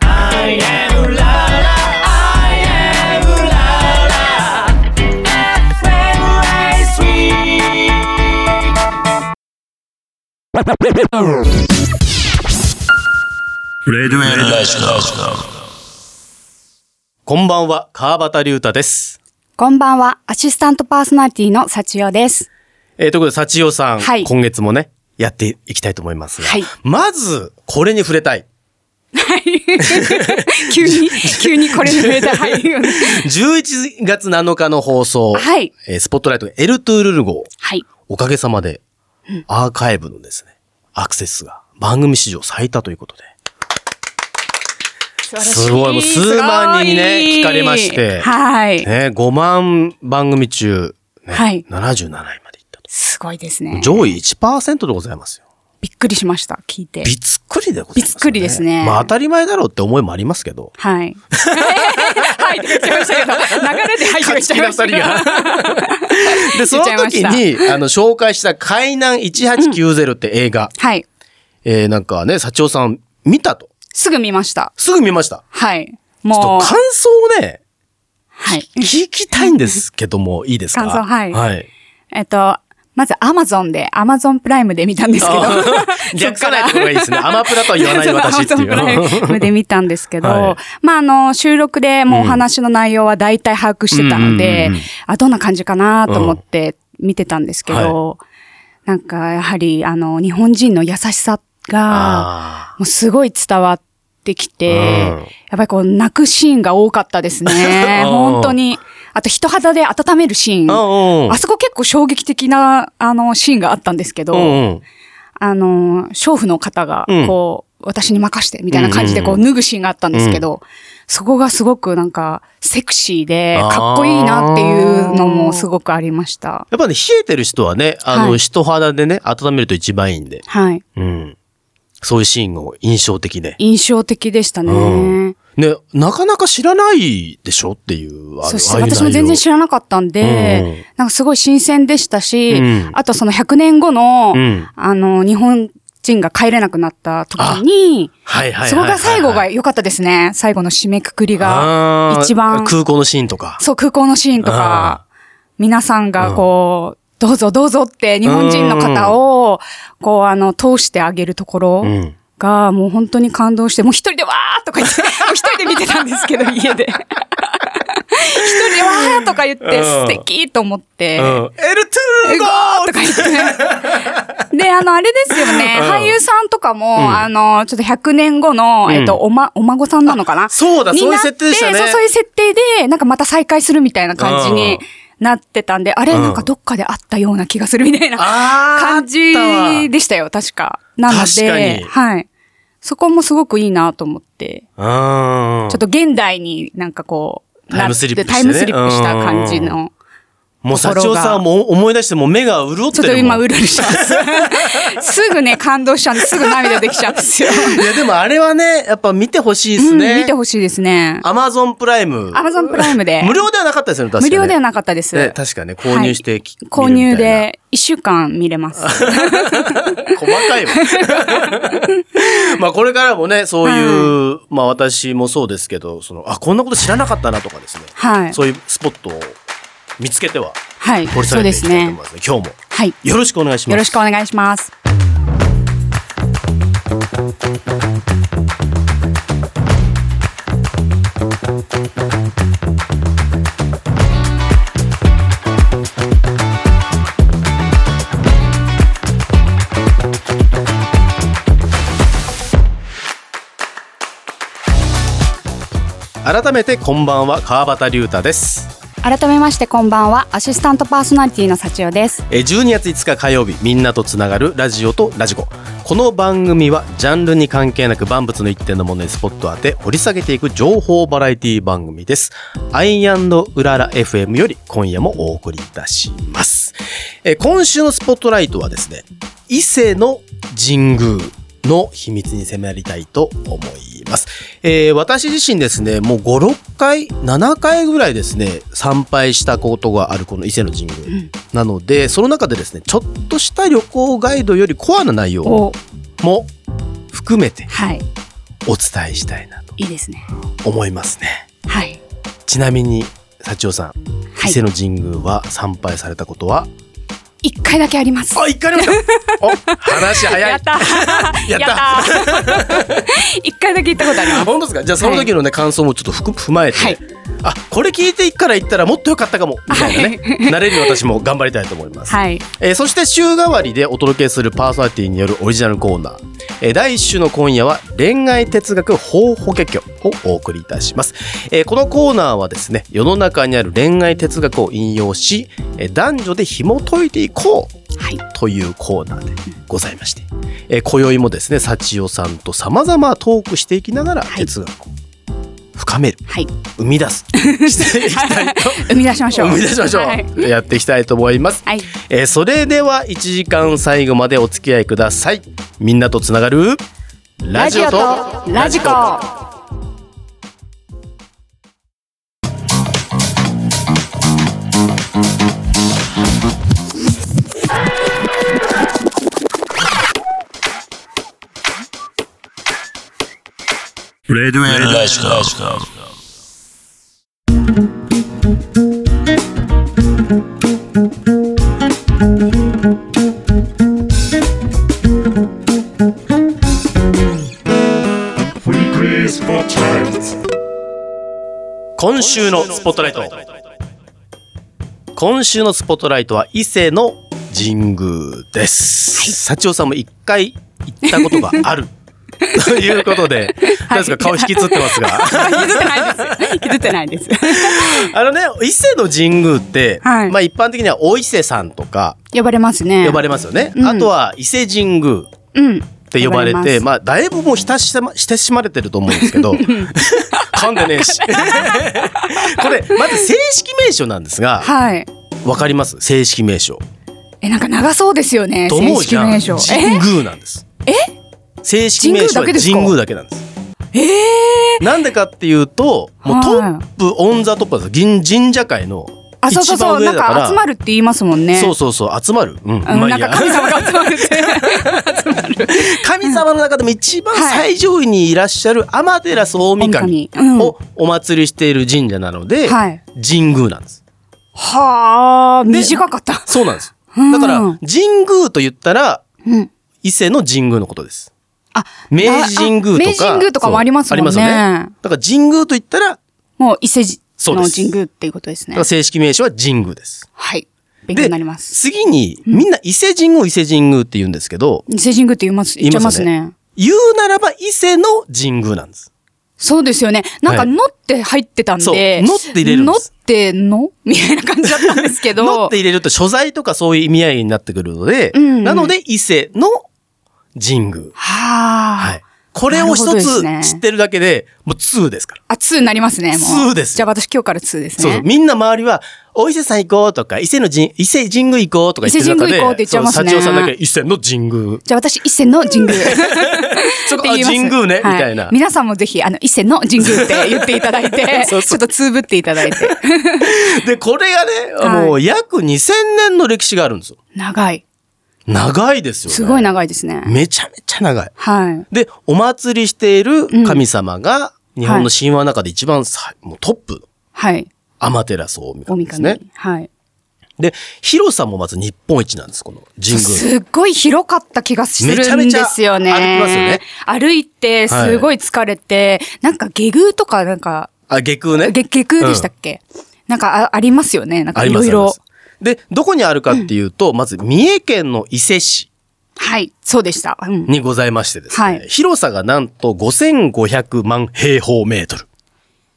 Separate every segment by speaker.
Speaker 1: I am la la I am la la FM Ice Week
Speaker 2: レディオエレ大好きだ。
Speaker 3: こんばんは、川端龍太です。
Speaker 4: こんばんは、アシスタントパーソナリティの幸代です。
Speaker 3: えー、ということで、幸代さん、
Speaker 4: はい
Speaker 3: 今月もね、やっていきたいと思いますが、
Speaker 4: はい
Speaker 3: まず、これに触れたい。
Speaker 4: 急 に、急にこれに触れた。はい。
Speaker 3: 11月7日の放送、
Speaker 4: はい
Speaker 3: えースポットライトエルトゥールル号、
Speaker 4: はい。
Speaker 3: おかげさまで、アーカイブのですね、アクセスが番組史上最多ということで、すごいもう数万人にね聞かれまして
Speaker 4: はい。
Speaker 3: ね、5万番組中、ね
Speaker 4: はい
Speaker 3: 77位までいったと。
Speaker 4: すごいですね。
Speaker 3: 上位1%でございますよ。
Speaker 4: びっくりしました、聞いて。
Speaker 3: びっくりでございます、ね。
Speaker 4: びっくりですね
Speaker 3: まあ当たり前だろうって思いもありますけど、
Speaker 4: はい。はいって言っちゃいましたけど、流れで入って
Speaker 3: 勝
Speaker 4: き
Speaker 3: ち
Speaker 4: ちゃい
Speaker 3: 気な
Speaker 4: ま
Speaker 3: 二
Speaker 4: した
Speaker 3: 人
Speaker 4: けど。
Speaker 3: が。 で、そ
Speaker 4: 言
Speaker 3: の
Speaker 4: っちゃいま
Speaker 3: 時
Speaker 4: した
Speaker 3: に、あの、紹介した海南1890って映画、
Speaker 4: はい。
Speaker 3: えー、なんかね、社長さん見たと。
Speaker 4: すぐ見ました。
Speaker 3: すぐ見ました。
Speaker 4: はい。
Speaker 3: ちょっと
Speaker 4: もう、
Speaker 3: 感想をね、
Speaker 4: はい。
Speaker 3: 聞きたいんですけど も、いいですか
Speaker 4: 感想はい
Speaker 3: はい。
Speaker 4: えっと、まず Amazon で、Amazon プライムで見たんですけど
Speaker 3: あ。ー逆かないとこがいいですね。アマプラとは言わない私ってい
Speaker 4: そうそうアマゾンプラ
Speaker 3: う。
Speaker 4: イムで見たんですけど、
Speaker 3: は
Speaker 4: まあ、あの、収録でもうお話の内容は大体把握してたので、
Speaker 3: うんうんうんうん
Speaker 4: あ、どんな感じかなと思って見てたんですけど、なんか、やはり、あの、日本人の優しさが、
Speaker 3: あ
Speaker 4: もうすごい伝わってき
Speaker 3: う
Speaker 4: て、
Speaker 3: ん
Speaker 4: やっぱりこう、泣くシーンが多かったですね
Speaker 3: 。うん
Speaker 4: 本当に。あと、人肌で温めるシーン。
Speaker 3: ーうんうん
Speaker 4: あそこ結構衝撃的な、あの、シーンがあったんですけど、
Speaker 3: うんうん。
Speaker 4: あの、娼婦の方が
Speaker 3: うん、
Speaker 4: こう、私に任して、みたいな感じで、こ
Speaker 3: う
Speaker 4: う、
Speaker 3: ん
Speaker 4: 脱ぐシーンがあったんですけど、そこがすごくなんか、セクシーで、
Speaker 3: あー
Speaker 4: かっこいいなっていうのもすごくありました。
Speaker 3: やっぱね、冷えてる人はね、あ
Speaker 4: は
Speaker 3: の、
Speaker 4: い
Speaker 3: 人肌でね、温めると一番いいんで。
Speaker 4: はい。
Speaker 3: うん。そういうシーンが印象的で。
Speaker 4: 印象的でした
Speaker 3: うん
Speaker 4: ね。
Speaker 3: ね、なかなか知らないでしょっていう、あ
Speaker 4: そし
Speaker 3: ああ
Speaker 4: て
Speaker 3: いう内容
Speaker 4: 私も全然知らなかったん
Speaker 3: うんうん
Speaker 4: で、なんかすごい新鮮でしたし
Speaker 3: うん、
Speaker 4: あとその100年後の
Speaker 3: うん、
Speaker 4: あの、日本人が帰れなくなった時に、
Speaker 3: はいはいはいはいはい。
Speaker 4: そこが最後が良かったですね。最後の締めくくりが
Speaker 3: あ。ー
Speaker 4: 一番。
Speaker 3: 空港のシーンとか。
Speaker 4: そう、空港のシーンとか、皆さんがこう、どうぞどうぞって日本人の方を、こう、あの、通してあげるところ
Speaker 3: うん
Speaker 4: が、もう本当に感動して、もう一人でわーとか言って、も う一人で見てたんですけど、家で。一 人でわーとか言っ
Speaker 3: う
Speaker 4: て、
Speaker 3: ん
Speaker 4: 素敵と思って。
Speaker 3: うん。エルトゥー
Speaker 4: え
Speaker 3: ル
Speaker 4: ゴ
Speaker 3: ゴ
Speaker 4: ーとか言って。で、あの、あれですよね。
Speaker 3: うん
Speaker 4: 俳優さんとかも、あの、ちょっと100年後の、えっと、おま、お孫さんなのかな
Speaker 3: そうだ
Speaker 4: になっ
Speaker 3: そ
Speaker 4: て
Speaker 3: ういう設定でしたね
Speaker 4: そう、そういう設定で、なんかまた再会するみたいな感じ
Speaker 3: うん
Speaker 4: になってたんで、あれ、
Speaker 3: うん
Speaker 4: なんかどっかで会ったような気がするみたいな
Speaker 3: あー
Speaker 4: 感じでしたよ、確か。なの
Speaker 3: 確かに
Speaker 4: で、はい。そこもすごくいいなと思って、
Speaker 3: あったわうん。
Speaker 4: ちょっと現代になんかこう、
Speaker 3: タイムスリップしてね
Speaker 4: なってタイムスリップした感じ
Speaker 3: うんうん
Speaker 4: の。
Speaker 3: もう、社長さんもう思い出してもう目が潤って
Speaker 4: ちょ
Speaker 3: るも
Speaker 4: っと
Speaker 3: ん。
Speaker 4: 今うるうる します。すぐね、感動しちゃうんですぐ涙できちゃうんですよ。
Speaker 3: いや、でもあれはね、やっぱ見てほしいです
Speaker 4: うん
Speaker 3: ね。
Speaker 4: 見てほしいですね。
Speaker 3: アマゾンプライム。
Speaker 4: Amazon プライムで
Speaker 3: 無料ではなかったですよね、確か
Speaker 4: 無
Speaker 3: に。
Speaker 4: 料ではなかったです。
Speaker 3: ね確かね、購入してき、
Speaker 4: 購
Speaker 3: 見る
Speaker 4: 入
Speaker 3: みたいな。
Speaker 4: で1週間見れます。
Speaker 3: 細かいわ。 まあこれからもね、そういう、まあ私もそうですけど、その、あ、こんなこと知らなかったなとかですね。
Speaker 4: はい。
Speaker 3: そういうスポットを見つけては、
Speaker 4: はい。
Speaker 3: 掘り
Speaker 4: そ
Speaker 3: 下
Speaker 4: う
Speaker 3: げてい
Speaker 4: で
Speaker 3: きた
Speaker 4: す
Speaker 3: いと思い
Speaker 4: ね。
Speaker 3: ますね。今日も。
Speaker 4: はい。
Speaker 3: よろしくお願いします。
Speaker 4: よろしくお願いします。
Speaker 3: 改めてこんばんは、川端龍太です。
Speaker 4: 改めましてこんばんは。アシスタントパーソナリティの幸代です。
Speaker 3: えー12月5日火曜日、みんなとつながるラジオとラジコ。この番組は、ジャンルに関係なく万物の一点のものにスポットを当て、掘り下げていく情報バラエティ番組です。アイウララ FM より今夜もお送りいたします。えー今週のスポットライトはですね、伊勢の神宮の秘密に迫りたいと思います。えー私自身ですね、もう5、6回、7回ぐらいですね、参拝したことがあるこの伊勢の神宮。なので、その中でですね、ちょっとした旅行ガイドよりコアな内容
Speaker 4: お、
Speaker 3: も含めて
Speaker 4: はい。
Speaker 3: お伝えしたいなと
Speaker 4: いいですね。
Speaker 3: 思いますね。
Speaker 4: はい。
Speaker 3: ちなみに、幸男さん、
Speaker 4: は
Speaker 3: 伊勢
Speaker 4: い。
Speaker 3: の神宮は参拝されたことは、
Speaker 4: 一回だけあります。
Speaker 3: あ、一回ありま したお話早い
Speaker 4: やったー
Speaker 3: やった
Speaker 4: ー 一回だけ行ったことあり
Speaker 3: あ
Speaker 4: ます。
Speaker 3: 本当ですかじゃあその時のね、感想もちょっと含踏まえて、
Speaker 4: はい
Speaker 3: あこれ聞いてから行ったらもっと良かったかもみたいなね、慣れる私も頑張りたいと思います、
Speaker 4: はい。
Speaker 3: えーそして週替わりでお届けするパーソナリティによるオリジナルコーナー、えー第1週の今夜は恋愛哲学法法華経をお送りいたします、えーこのコーナーはですね世の中にある恋愛哲学を引用し、えー男女で紐解いていこう
Speaker 4: はい。
Speaker 3: というコーナーでございまして、えー今宵もですね幸代さんとさまざまトークしていきながら
Speaker 4: はい
Speaker 3: 哲学を深める
Speaker 4: はい。
Speaker 3: 生み出 すしていきたいと
Speaker 4: 生み出しましょう。
Speaker 3: 生み出しましょう、
Speaker 4: はい。
Speaker 3: やっていきたいと思います、
Speaker 4: はい。
Speaker 3: えーそれでは1時間最後までお付き合いくださいみんなとつながるラジオと
Speaker 4: ラジコ。
Speaker 2: レデュエラジオ。
Speaker 5: Free Quiz for Child.
Speaker 3: 今週のスポットライト今週のスポットライトは伊勢の神宮です、幸男さんも一回行ったことがあ るということで、何ですか顔引きつってます が
Speaker 4: 譲ってない です。譲ってないです。
Speaker 3: あのね伊勢の神宮って、
Speaker 4: はい
Speaker 3: まあ一般的にはお伊勢さんとか
Speaker 4: 呼ばれますね。
Speaker 3: 呼ばれますよね、
Speaker 4: うん
Speaker 3: あとは伊勢神宮
Speaker 4: うん。っ
Speaker 3: って呼ばれて、まあ、だいぶもう親しま、親しまれてると思うんですけ ど、噛んでねえし。これ、まず正式名称なんですが、
Speaker 4: はい。
Speaker 3: わかります正式名称。
Speaker 4: え、なんか長そうですよね。
Speaker 3: と思
Speaker 4: 正
Speaker 3: うじ
Speaker 4: 式
Speaker 3: ゃん。
Speaker 4: 名称。え
Speaker 3: 神宮なんです。え正式名称は
Speaker 4: 神宮だけですか
Speaker 3: 神宮だけなんです。なんでかっていうと、もうトップ、オンザトップなんです銀神社界の
Speaker 4: あ、そうそ
Speaker 3: 一
Speaker 4: うそ
Speaker 3: 番
Speaker 4: う。
Speaker 3: 上
Speaker 4: な
Speaker 3: だ
Speaker 4: ん
Speaker 3: から、
Speaker 4: か集まるって言いますもんね。
Speaker 3: そうそうそう、集まる。うん、
Speaker 4: うん
Speaker 3: まあいい
Speaker 4: なん
Speaker 3: や
Speaker 4: か神様が集まるって。
Speaker 3: 神様の中でも一番最上位にいらっしゃる天照大神
Speaker 4: 大神うん
Speaker 3: をお祭りしている神社なので、
Speaker 4: はい
Speaker 3: 神宮なんです。
Speaker 4: はあ、
Speaker 3: で
Speaker 4: 短かった。
Speaker 3: そうなんです。
Speaker 4: うん
Speaker 3: だから、神宮と言ったら、
Speaker 4: うん。
Speaker 3: 伊勢の神宮のことです。
Speaker 4: あ、
Speaker 3: 明治神宮とか。
Speaker 4: 明治神宮とかもありますもんね
Speaker 3: そうありますよね。だから神宮と言ったら、だか
Speaker 4: もう伊勢
Speaker 3: そうで
Speaker 4: の
Speaker 3: す
Speaker 4: 神宮っていうことですね
Speaker 3: ら。正式名称は神宮です。
Speaker 4: はい。勉強になります。
Speaker 3: 次に、みんな伊勢神宮、伊勢神宮って言うんですけど、
Speaker 4: 伊勢神宮って言います、言っちゃいます
Speaker 3: 言い
Speaker 4: ね。
Speaker 3: 言うならば伊勢の神宮なんです。
Speaker 4: そうですよね。なん
Speaker 3: は
Speaker 4: か、
Speaker 3: い
Speaker 4: のって入ってたん
Speaker 3: そう
Speaker 4: で。
Speaker 3: のって入れるんです
Speaker 4: のってのみたいな感じだったんですけど。
Speaker 3: のって入れると所在とかそういう意味合いになってくるので、
Speaker 4: うんうん
Speaker 3: なので伊勢の神宮。
Speaker 4: はあ。
Speaker 3: はい。これを一
Speaker 4: なるほど
Speaker 3: つ
Speaker 4: ですね
Speaker 3: 知ってるだけで、もう2ですから。
Speaker 4: あ、2になりますね、もう。
Speaker 3: 2です
Speaker 4: じゃあ私今日から2ですね。
Speaker 3: そうそう。みんな周りは、お伊勢さん行こうとか、伊勢の神、伊勢神宮行こうとか言ってる中で、
Speaker 4: 伊勢神宮行こうって言っちゃいますね
Speaker 3: そう幸男さんだけ伊勢の神宮。
Speaker 4: じゃあ私、伊勢の神 宮。そ
Speaker 3: こあ神宮ねみたいな
Speaker 4: 皆さんもぜひ、あの、伊勢の神宮って言っていただいて、
Speaker 3: そうそう
Speaker 4: ちょっとつぶっていただいて。
Speaker 3: で、これがね、
Speaker 4: はい
Speaker 3: もう約2000年の歴史があるんですよ。
Speaker 4: 長い。
Speaker 3: 長いですよ、ね。
Speaker 4: すごい長いですね。
Speaker 3: めちゃめちゃ長い。
Speaker 4: はい。
Speaker 3: で、お祭りしている神様が、日本の神話の中で一番さ、もうトップの
Speaker 4: はい。
Speaker 3: 天照大
Speaker 4: お
Speaker 3: 神
Speaker 4: み
Speaker 3: で
Speaker 4: か
Speaker 3: すね。
Speaker 4: はい。
Speaker 3: で、広さもまず日本一なんです、この神宮。
Speaker 4: すっごい広かった気がするんですよね。
Speaker 3: めちゃめちゃ歩きますよね
Speaker 4: 歩いて、すごい疲れて、なんか下宮とか、なんか、
Speaker 3: あ、下空ね。
Speaker 4: げ下宮でしたっけ、なんかあありますよね。なんか
Speaker 3: あ
Speaker 4: い
Speaker 3: りま
Speaker 4: ろ
Speaker 3: すあ
Speaker 4: い
Speaker 3: りま
Speaker 4: ろ
Speaker 3: す。で、どこにあるかっていうと、まず三重県の伊勢市
Speaker 4: はい。そうでした。うん。
Speaker 3: にございましてですね、
Speaker 4: はい
Speaker 3: 広さがなんと5500万平方メートル。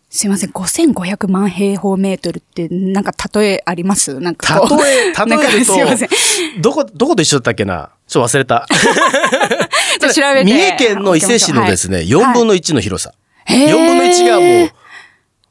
Speaker 4: すいません、5500万平方メートルって、なんか例えありますなんかこう。
Speaker 3: 例え、
Speaker 4: なんか
Speaker 3: 例える
Speaker 4: すいません。
Speaker 3: と、どこ、どこと一緒だったっけなちょっと忘れた。
Speaker 4: じゃあ調べて。
Speaker 3: 三重県の伊勢市のですね、4分
Speaker 4: の、
Speaker 3: の1の広さ。
Speaker 4: はい、
Speaker 3: 4分の1がも
Speaker 4: へ
Speaker 3: う、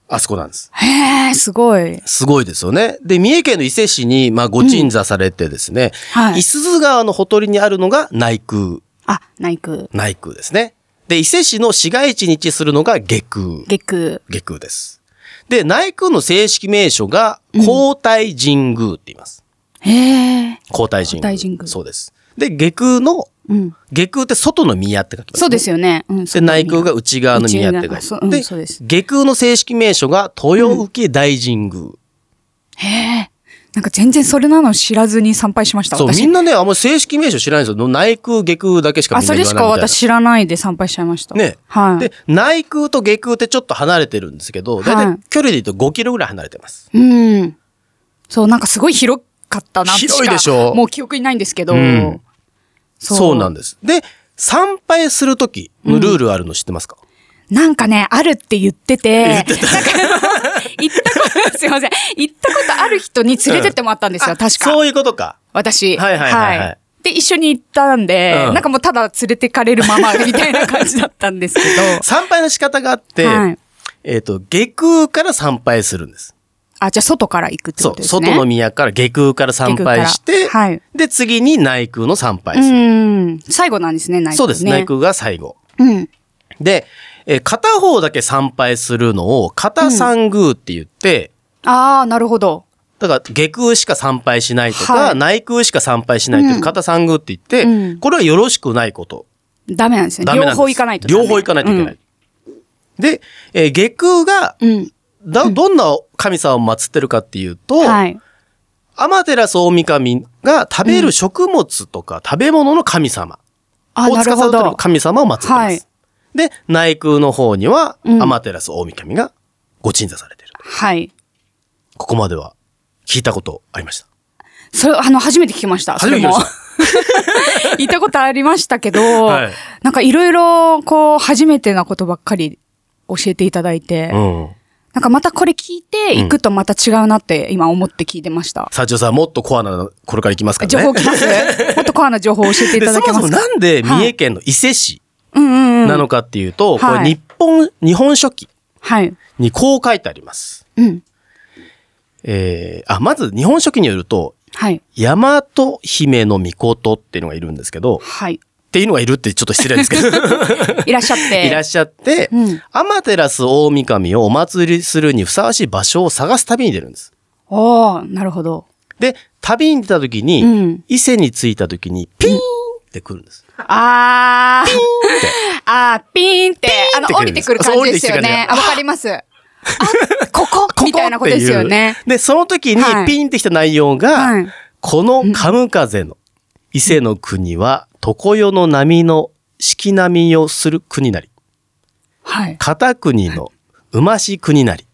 Speaker 3: あそこなんです。
Speaker 4: ー。へー、すごい。
Speaker 3: すごいですよね。で、三重県の伊勢市に、まあ、ご鎮座されてですね、
Speaker 4: はい
Speaker 3: 伊豆川のほとりにあるのが内宮、
Speaker 4: あ、内宮、
Speaker 3: 内宮ですね。で、伊勢市の市街地に位置するのが下宮、
Speaker 4: 下宮。
Speaker 3: 下宮です。で、内宮の正式名称が、皇太神宮って言います。
Speaker 4: へー。
Speaker 3: 皇太神宮。
Speaker 4: 皇太神宮
Speaker 3: そうです。で、下宮の
Speaker 4: うん。
Speaker 3: 外宮って外の宮って書きます。
Speaker 4: そうですよね。うん、
Speaker 3: で、内宮が内側の宮って書いてある
Speaker 4: 内側そううんそうです
Speaker 3: 下空の正式名称が豊受大神宮。
Speaker 4: なんか全然それなの知らずに参拝しました、
Speaker 3: そう、
Speaker 4: 私。
Speaker 3: みんなね、あんまり正式名称知らないんですよ。内宮、下空だけしか
Speaker 4: あ、
Speaker 3: みんな
Speaker 4: そ
Speaker 3: 言
Speaker 4: れ
Speaker 3: わないみ
Speaker 4: しか
Speaker 3: たいな。
Speaker 4: 私知らないで参拝しちゃいました。
Speaker 3: ね。
Speaker 4: はい。
Speaker 3: で、内宮と下宮ってちょっと離れてるんですけど、だいた
Speaker 4: はい
Speaker 3: い距離で言うと5キロぐらい離れてます。
Speaker 4: うん。そう、なんかすごい広かったなって
Speaker 3: 広いでしょ
Speaker 4: もう記憶にないんですけど。
Speaker 3: うんそうなん
Speaker 4: で
Speaker 3: です。で、参拝するときのルールあるの知ってますか、
Speaker 4: す。なんかね、あるって言ってて。言ってた。 行ったこと、すいません。行ったことある人に連れてってもらったんですよ、確か。
Speaker 3: そういうことか。
Speaker 4: 私。
Speaker 3: はいはいはいはい
Speaker 4: で、一緒に行ったんで、
Speaker 3: うん
Speaker 4: なんかもうただ連れてかれるままみたいな感じだったんですけど。
Speaker 3: 参拝の仕方があって、
Speaker 4: はい
Speaker 3: えっ、と、下空から参拝するんです。
Speaker 4: あ、じゃあ外から行くって
Speaker 3: そ
Speaker 4: こ
Speaker 3: う、
Speaker 4: とですね。
Speaker 3: 外の宮から下空から参拝して、
Speaker 4: 下空からはい
Speaker 3: で、次に内宮の参拝する。
Speaker 4: うん。最後なんですね、内宮、ね。
Speaker 3: そうです、内宮が最後。
Speaker 4: うん。
Speaker 3: で、えー片方だけ参拝するのを、片三宮って言って、
Speaker 4: ああ、なるほど。
Speaker 3: だから、下空しか参拝しないとか、
Speaker 4: はい
Speaker 3: 内宮しか参拝しないという、片三宮って言って、
Speaker 4: うん
Speaker 3: これはよろしくないこと。
Speaker 4: ダメなんですね。
Speaker 3: ダメなん
Speaker 4: 両
Speaker 3: です。
Speaker 4: 方行かないとダメ。
Speaker 3: 両方行かないといけない。で、えー下空が、
Speaker 4: うん。うん。
Speaker 3: だ、どんな神様を祀ってるかっていうと、
Speaker 4: はい。
Speaker 3: 天照大神が食べる食物とか食べ物の神様
Speaker 4: あ、
Speaker 3: を
Speaker 4: なる
Speaker 3: 司
Speaker 4: ほ
Speaker 3: ってる
Speaker 4: ど。
Speaker 3: 神様を祀ってます。
Speaker 4: はい
Speaker 3: で、内宮の方には
Speaker 4: うん
Speaker 3: 天照大神がご鎮座されてる。
Speaker 4: はい。
Speaker 3: ここまでは聞いたことありました。
Speaker 4: それ、あの、初めて聞きました。それも。
Speaker 3: 初めて聞き
Speaker 4: 行ったことありましたけど、
Speaker 3: はい
Speaker 4: なんかいろいろ、こう、初めてなことばっかり教えていただいて、
Speaker 3: うん。
Speaker 4: なんかまたこれ聞いて、行くとまた違うなって今思って聞いてました。
Speaker 3: 社長さん、もっとコアな、これから行きますからね。
Speaker 4: 情報来ます もっとコアな情報を教えてい
Speaker 3: で
Speaker 4: た
Speaker 3: そ
Speaker 4: だ
Speaker 3: も
Speaker 4: け
Speaker 3: そ
Speaker 4: ま
Speaker 3: も
Speaker 4: すか
Speaker 3: なんで三重県の伊勢市
Speaker 4: うんうんうん。
Speaker 3: なのかっていうと、こ
Speaker 4: は
Speaker 3: れ
Speaker 4: い
Speaker 3: 日本、日本書紀
Speaker 4: はい。
Speaker 3: にこう書いてあります。
Speaker 4: うん。
Speaker 3: えー、あ、まず日本書紀によると、
Speaker 4: はい。
Speaker 3: 大和姫の御事っていうのがいるんですけど、
Speaker 4: はい。
Speaker 3: っていうのがいるってちょっと失礼ですけど、
Speaker 4: いらっしゃって。
Speaker 3: いらっしゃって、
Speaker 4: うん
Speaker 3: 天照大神をお祭りするにふさわしい場所を探す旅に出るんです。
Speaker 4: おー、なるほど。
Speaker 3: で、旅に出た時に、
Speaker 4: うん
Speaker 3: 伊勢に着いた時に、ピーンって来るんです。
Speaker 4: あー。あー、ピーンって、あの、
Speaker 3: てく
Speaker 4: 降
Speaker 3: る
Speaker 4: り
Speaker 3: んで
Speaker 4: て
Speaker 3: す
Speaker 4: くる感じですよね。
Speaker 3: そ
Speaker 4: あわかります。あ、 ここみたいなことですよね
Speaker 3: ここっ。ていうで、その時に
Speaker 4: はい
Speaker 3: ピーンってきた内容が、
Speaker 4: はい
Speaker 3: このカムカゼの伊勢の国は、常世の波の四季波をする国なり。
Speaker 4: はい。
Speaker 3: 片国の馬し国なり。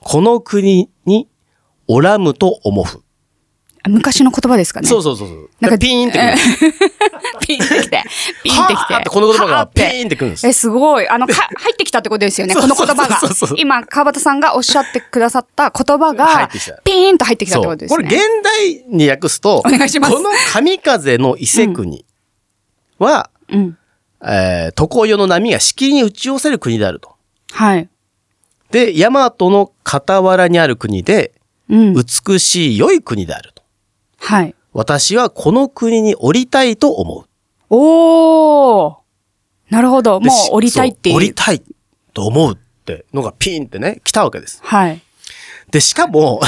Speaker 3: この国に、おらむと思ふ。
Speaker 4: 昔の言葉ですかね。
Speaker 3: そうそうそうそう。
Speaker 4: なんか
Speaker 3: ピーンってくるんです。
Speaker 4: ピンってきて。ピンってき。
Speaker 3: はーっててこの言葉
Speaker 4: は
Speaker 3: が
Speaker 4: ーっ
Speaker 3: ピ
Speaker 4: て
Speaker 3: ーンってくるんです。
Speaker 4: え、すごい。あの、か、入ってきたってことですよね。
Speaker 3: そう
Speaker 4: こ
Speaker 3: そ
Speaker 4: の
Speaker 3: うそう
Speaker 4: 言葉が
Speaker 3: そうそうそう。
Speaker 4: 今、川端さんがおっしゃってくださった言葉
Speaker 3: 入っ
Speaker 4: が
Speaker 3: てきた、
Speaker 4: ピーンと入ってきたってことです
Speaker 3: これ現
Speaker 4: ね。
Speaker 3: 代に訳すと、
Speaker 4: お願いします
Speaker 3: この神風の伊勢国は、
Speaker 4: うん。
Speaker 3: えー、常世の波が敷居に打ち寄せる国であると。
Speaker 4: はい。
Speaker 3: で、大和の傍らにある国で、
Speaker 4: うん。
Speaker 3: 美しい良い国であると。
Speaker 4: はい。
Speaker 3: 私はこの国に降りたいと思
Speaker 4: おー。なるほど。
Speaker 3: う。で
Speaker 4: もう降りたいってい。
Speaker 3: そう降りたいと思うってのがピンってね、来たわけです。
Speaker 4: はい。
Speaker 3: で、しか も、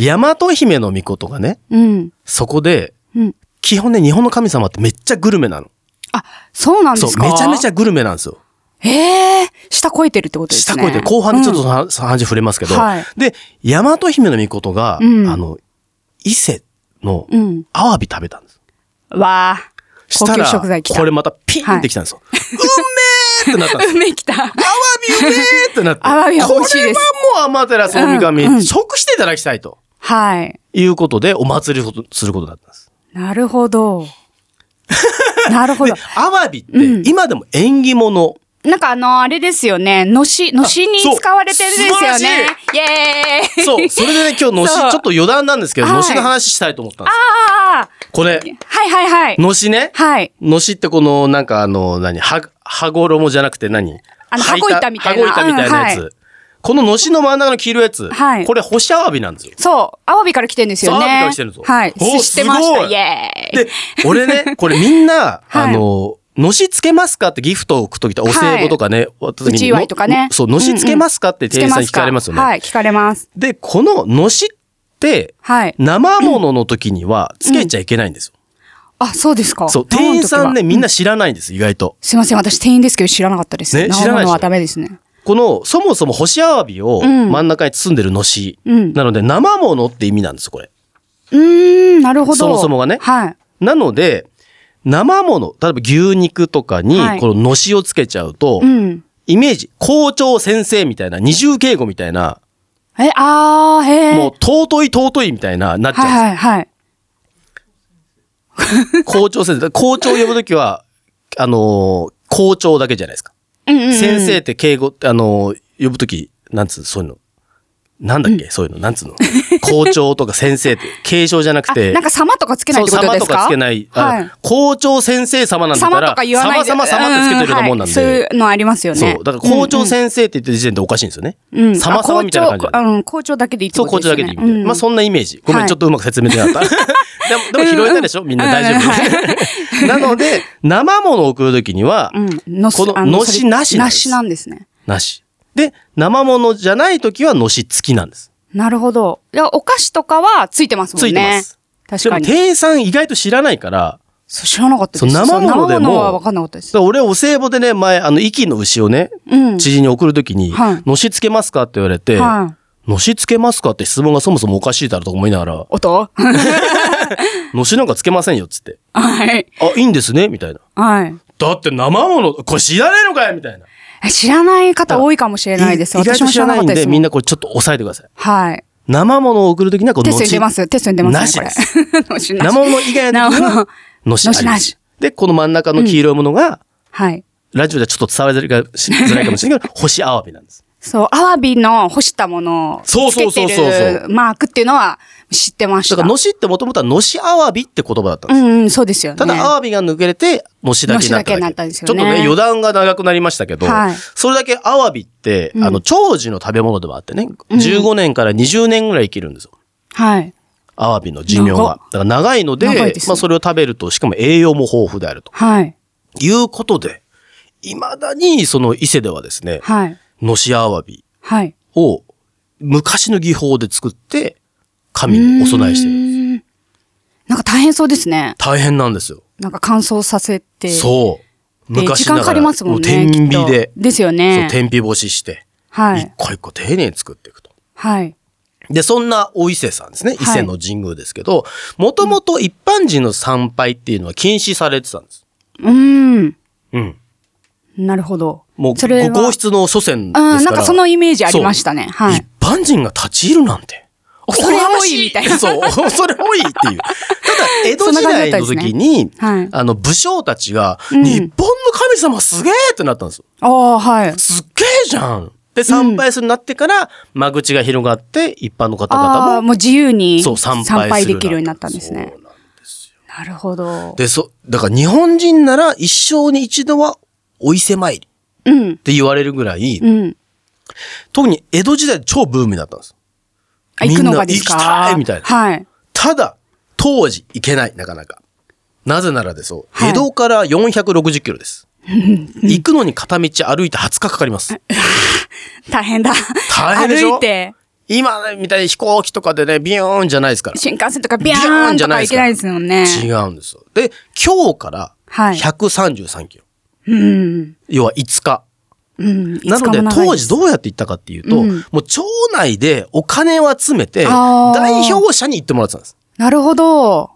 Speaker 3: 大和姫の御事がね、
Speaker 4: うん。
Speaker 3: そこで、
Speaker 4: うん。
Speaker 3: 基本ね、日本の神様ってめっちゃグルメなの。
Speaker 4: あ、そうなんで
Speaker 3: そう
Speaker 4: す、か
Speaker 3: めちゃめちゃ。グルメなんですよ。
Speaker 4: ええ下超えてるってことです
Speaker 3: 下
Speaker 4: ね。
Speaker 3: 越えて、後半でちょっとその話その話触れますけど、
Speaker 4: はい
Speaker 3: で、大和姫の御事が、
Speaker 4: うん
Speaker 3: あの、伊勢の
Speaker 4: うん。うん。
Speaker 3: アワビ食べたんです。
Speaker 4: わあ。
Speaker 3: し
Speaker 4: 高
Speaker 3: た
Speaker 4: 級食
Speaker 3: ら、
Speaker 4: 材来た。
Speaker 3: これまたピンってきたんですよ。うめーってなったん ですよ。
Speaker 4: 梅来た。
Speaker 3: アワビうめーってなって。
Speaker 4: アワビは美味しいです
Speaker 3: これはもう天照大神、
Speaker 4: うんうん
Speaker 3: 食していただきたいと
Speaker 4: はい。
Speaker 3: いうことで、お祭りをすることだったんです。
Speaker 4: なる ほど。なるほど。
Speaker 3: アワビって
Speaker 4: うん、
Speaker 3: 今でも縁起 物。
Speaker 4: なんかあの、あれですよね。のし、のしに
Speaker 3: そう
Speaker 4: 使われてるんですよ
Speaker 3: 素晴
Speaker 4: ね。イエーイ
Speaker 3: そう、それでね、今日のし、ちょ
Speaker 4: そ
Speaker 3: っ
Speaker 4: う
Speaker 3: と余談なんですけど、
Speaker 4: はい
Speaker 3: のしの話したいと思ったんです。
Speaker 4: ああ
Speaker 3: これ、
Speaker 4: はいはいはい。
Speaker 3: のしね。
Speaker 4: はい。
Speaker 3: のしってこの、なんかあの、何、は、はごろもじゃなくて何
Speaker 4: あの
Speaker 3: はい
Speaker 4: 羽子板みたいな
Speaker 3: 羽子板みたいなやつ。
Speaker 4: うんは
Speaker 3: こののしの真ん中の黄色いやつ。
Speaker 4: はい
Speaker 3: これ、干しアワビなんですよ。
Speaker 4: そう。アワビから来てるんですよね。
Speaker 3: そうアワビから来てるんですよ
Speaker 4: はい。
Speaker 3: おー
Speaker 4: 知ってまし
Speaker 3: すご
Speaker 4: た。
Speaker 3: い
Speaker 4: イエーイ
Speaker 3: で、俺 ね、これみんな、
Speaker 4: はい
Speaker 3: あの、のしつけますかってギフトを送っときたお歳暮とかね、渡す時
Speaker 4: うち祝いとかね
Speaker 3: のそう、のしつけますかって店員さんに聞かれますよね。
Speaker 4: はい、聞かれます。
Speaker 3: で、こののしって、
Speaker 4: はい。
Speaker 3: 生ものの時にはつけちゃいけないんですよ。
Speaker 4: あ、そうですか。
Speaker 3: そう、
Speaker 4: 生の
Speaker 3: 店員さんね、
Speaker 4: 時は
Speaker 3: みんな知らないんです、意外と。
Speaker 4: すいません、私店員ですけど知らなかったです。
Speaker 3: ね知らないでしょ
Speaker 4: 生のはダメですね。
Speaker 3: この、そもそも干しアワビを
Speaker 4: うん
Speaker 3: 真ん中に包んでるのし。
Speaker 4: うん
Speaker 3: なので、生ものって意味なんです、これ。
Speaker 4: うーん、なるほど。
Speaker 3: そもそもがね
Speaker 4: はい。
Speaker 3: なので、生もの、例えば牛肉とかに
Speaker 4: は、い
Speaker 3: こののしをつけちゃうと、
Speaker 4: うん。
Speaker 3: イメージ、校長先生みたいな、二重敬語みたいな、
Speaker 4: え、あー、へえ。
Speaker 3: もう尊い尊いみたいな、なっちゃう
Speaker 4: は
Speaker 3: ん
Speaker 4: い
Speaker 3: です
Speaker 4: はいはい。
Speaker 3: 校長先生。校長を呼ぶときは、あのー校長だけじゃないですか。
Speaker 4: うんうんうん
Speaker 3: 先生って敬語、あのー呼ぶとき、なんつう、そういうの。なんだっけ、そういうの、なんつうの。校長とか先生って、継承じゃなく
Speaker 4: あ、
Speaker 3: て。
Speaker 4: なんか様とかつけないってこ
Speaker 3: そう
Speaker 4: と
Speaker 3: 様
Speaker 4: です
Speaker 3: と
Speaker 4: か
Speaker 3: かつけない。あ
Speaker 4: は
Speaker 3: の
Speaker 4: い。
Speaker 3: 校長先生様なんだか
Speaker 4: 様
Speaker 3: ら、
Speaker 4: とか言わないで。
Speaker 3: 様様様ってつけてるようなもんなんで。
Speaker 4: うはいそういうのありますよね。
Speaker 3: そう。だから校長先生って言ってる時点でおかしいんですよね。
Speaker 4: うんうん、
Speaker 3: 様様みたいな感じ
Speaker 4: あ校長うん、校長だけでいいって
Speaker 3: そう、
Speaker 4: こ
Speaker 3: 校
Speaker 4: とで
Speaker 3: 長
Speaker 4: す
Speaker 3: だけ
Speaker 4: よ
Speaker 3: でいい
Speaker 4: ね。
Speaker 3: みたいな。まあ、そんなイメージ。ごめん、
Speaker 4: はい
Speaker 3: ちょっとうまく説明できなかった。でも、でも拾えたでしょみんな大丈
Speaker 4: うんうん
Speaker 3: 夫。 なので、生ものを送るときには、
Speaker 4: うん、のし、
Speaker 3: この
Speaker 4: あの
Speaker 3: のしなしなん
Speaker 4: な
Speaker 3: です
Speaker 4: しなんですね。
Speaker 3: なし。で、生ものじゃないときは、のし付きなんです。
Speaker 4: なるほど。いや、お菓子とかはついてますもん
Speaker 3: つ
Speaker 4: ね。
Speaker 3: いてます。
Speaker 4: 確
Speaker 3: で
Speaker 4: か
Speaker 3: も、
Speaker 4: に。
Speaker 3: 店員さん意外と知らないから、
Speaker 4: そう知らなかったです。
Speaker 3: そう生ものでも
Speaker 4: 生ものは分かんなかったで
Speaker 3: だ
Speaker 4: す
Speaker 3: か。ら俺、お歳暮でね、前、あの、息の牛をね、
Speaker 4: うん。
Speaker 3: 知人に送るときに
Speaker 4: はい、
Speaker 3: のし付けますかって言われて、
Speaker 4: はい。
Speaker 3: のし付けますかって質問がそもそもおかしいだろうと思いながら、
Speaker 4: 音
Speaker 3: のしなんかつけませんよ、つって。
Speaker 4: はい。
Speaker 3: あ、いいんですねみたいな。
Speaker 4: はい。
Speaker 3: だって生もの、これ知らねえのかよみたいな。
Speaker 4: え知らない方多いかもしれないです。
Speaker 3: 意外
Speaker 4: 私
Speaker 3: と
Speaker 4: も
Speaker 3: 知
Speaker 4: 知
Speaker 3: ら
Speaker 4: らな
Speaker 3: な
Speaker 4: か
Speaker 3: い
Speaker 4: っ
Speaker 3: ん
Speaker 4: たです
Speaker 3: で、
Speaker 4: も
Speaker 3: み
Speaker 4: ん。
Speaker 3: んなこれちょっと押さえてください。
Speaker 4: はい。
Speaker 3: 生ものを送るときには、この
Speaker 4: テストに出ます。テストに出ますね、
Speaker 3: なし
Speaker 4: これ。 のしな
Speaker 3: 生
Speaker 4: し。
Speaker 3: もの以外の時には、のし
Speaker 4: のし
Speaker 3: あります
Speaker 4: なし
Speaker 3: で、この真ん中の黄色いものが、
Speaker 4: はい。
Speaker 3: ラジオではちょっと伝わりづらいかし づらいかもしれないけど、星アワビなんです。
Speaker 4: そう、アワビの干したものをつ
Speaker 3: そうそ
Speaker 4: け
Speaker 3: うそう
Speaker 4: て
Speaker 3: そうそう
Speaker 4: るマークっていうのは知ってまし
Speaker 3: だ
Speaker 4: た。
Speaker 3: から、のしってもともとはのしアワビって言葉だったん
Speaker 4: う
Speaker 3: です。
Speaker 4: ん、うん、そうですよね。
Speaker 3: ただ、アワビが抜けれて、のしだけになっただけ。
Speaker 4: のしだけになったんですよ
Speaker 3: ちょっ
Speaker 4: ね
Speaker 3: とね、余談が長くなりましたけど、
Speaker 4: はい
Speaker 3: それだけアワビって、あの、長寿の食べ物でもあってね、
Speaker 4: ん
Speaker 3: 15年から20年ぐらい生きるんですよ。
Speaker 4: はい。
Speaker 3: アワビの寿命が。
Speaker 4: 長
Speaker 3: だから長いので、
Speaker 4: 長いですね
Speaker 3: まあそれを食べると、しかも栄養も豊富であると。
Speaker 4: はい。
Speaker 3: いうことで、未だにその伊勢ではですね、
Speaker 4: はい。
Speaker 3: のしアワビ
Speaker 4: はい。
Speaker 3: を昔の技法で作って、神にお供えしてるんです。
Speaker 4: る。なんか大変そうですね。
Speaker 3: 大変なんですよ。
Speaker 4: なんか乾燥させて。
Speaker 3: そう。
Speaker 4: で
Speaker 3: 昔
Speaker 4: 時
Speaker 3: なが
Speaker 4: 間
Speaker 3: ら
Speaker 4: かかりますもんね。
Speaker 3: う天
Speaker 4: きっ
Speaker 3: 日
Speaker 4: と
Speaker 3: で、
Speaker 4: ですよ
Speaker 3: そう
Speaker 4: ね。
Speaker 3: 天日干しして、
Speaker 4: は
Speaker 3: 一
Speaker 4: い。
Speaker 3: 個一個丁寧に作っていくと。
Speaker 4: はい。
Speaker 3: で、そんなお伊勢さんですね。伊
Speaker 4: はい
Speaker 3: 勢の神宮ですけど、もともと一般人の参拝っていうのは禁止されてたんです。
Speaker 4: うーん。
Speaker 3: うん。
Speaker 4: なるほど。
Speaker 3: もう、
Speaker 4: それは
Speaker 3: ご皇室の祖先ですから。
Speaker 4: うん、なんかそのイメージありましたね。
Speaker 3: そう
Speaker 4: はい。
Speaker 3: 一般人が立ち入るなんて。
Speaker 4: 恐れ多いみたいな
Speaker 3: そう、 恐れ多いっていう。ただ、江戸
Speaker 4: そんな
Speaker 3: 時
Speaker 4: 感じだ
Speaker 3: 代
Speaker 4: ったで
Speaker 3: の
Speaker 4: すね
Speaker 3: 時に、
Speaker 4: はい
Speaker 3: あの、武将たちが、
Speaker 4: うん
Speaker 3: 日本の神様すげえってなったんですよ。
Speaker 4: ああ、はい。
Speaker 3: すっげえじゃんで、参拝するようになってから、間口が広がって、一般の方
Speaker 4: あ
Speaker 3: 々
Speaker 4: あ、
Speaker 3: も、
Speaker 4: もう自由に
Speaker 3: そう、参拝するようになった。
Speaker 4: できるようになったんですね
Speaker 3: そう。なんですよ。
Speaker 4: なるほど。
Speaker 3: で、そ、だから日本人なら一生に一度は、お伊勢参りっ
Speaker 4: うん。
Speaker 3: て言われるぐらい、
Speaker 4: うん。
Speaker 3: 特に江戸時代超ブームだったんです。
Speaker 4: あ行くのがですか
Speaker 3: みんな行きたいみたいな
Speaker 4: はい。
Speaker 3: ただ、当時行けない、なかなか。なぜならでそう。
Speaker 4: はい
Speaker 3: 江戸から460キロ です。行くのに片道歩いて20日かかります。
Speaker 4: 大変だ。
Speaker 3: 大変でしょ
Speaker 4: 歩いて、
Speaker 3: 今ねみたいに飛行機とかでね、ビヨーンじゃないですから。
Speaker 4: 新幹線とかビャ
Speaker 3: ビャー
Speaker 4: ー
Speaker 3: ン
Speaker 4: ン
Speaker 3: じゃ
Speaker 4: と
Speaker 3: ない
Speaker 4: か
Speaker 3: で
Speaker 4: 行
Speaker 3: すか
Speaker 4: けないですよね。
Speaker 3: 違うんですよ。で、今日から
Speaker 4: はい
Speaker 3: 133キロ。
Speaker 4: うん。
Speaker 3: 要は5日。
Speaker 4: うん。
Speaker 3: なので
Speaker 4: いつかも長いす
Speaker 3: 当時どうやって行ったかっていうと、
Speaker 4: うん
Speaker 3: もう町内でお金を集めて、
Speaker 4: あー
Speaker 3: 代表者に行ってもらってたんです。
Speaker 4: なるほど。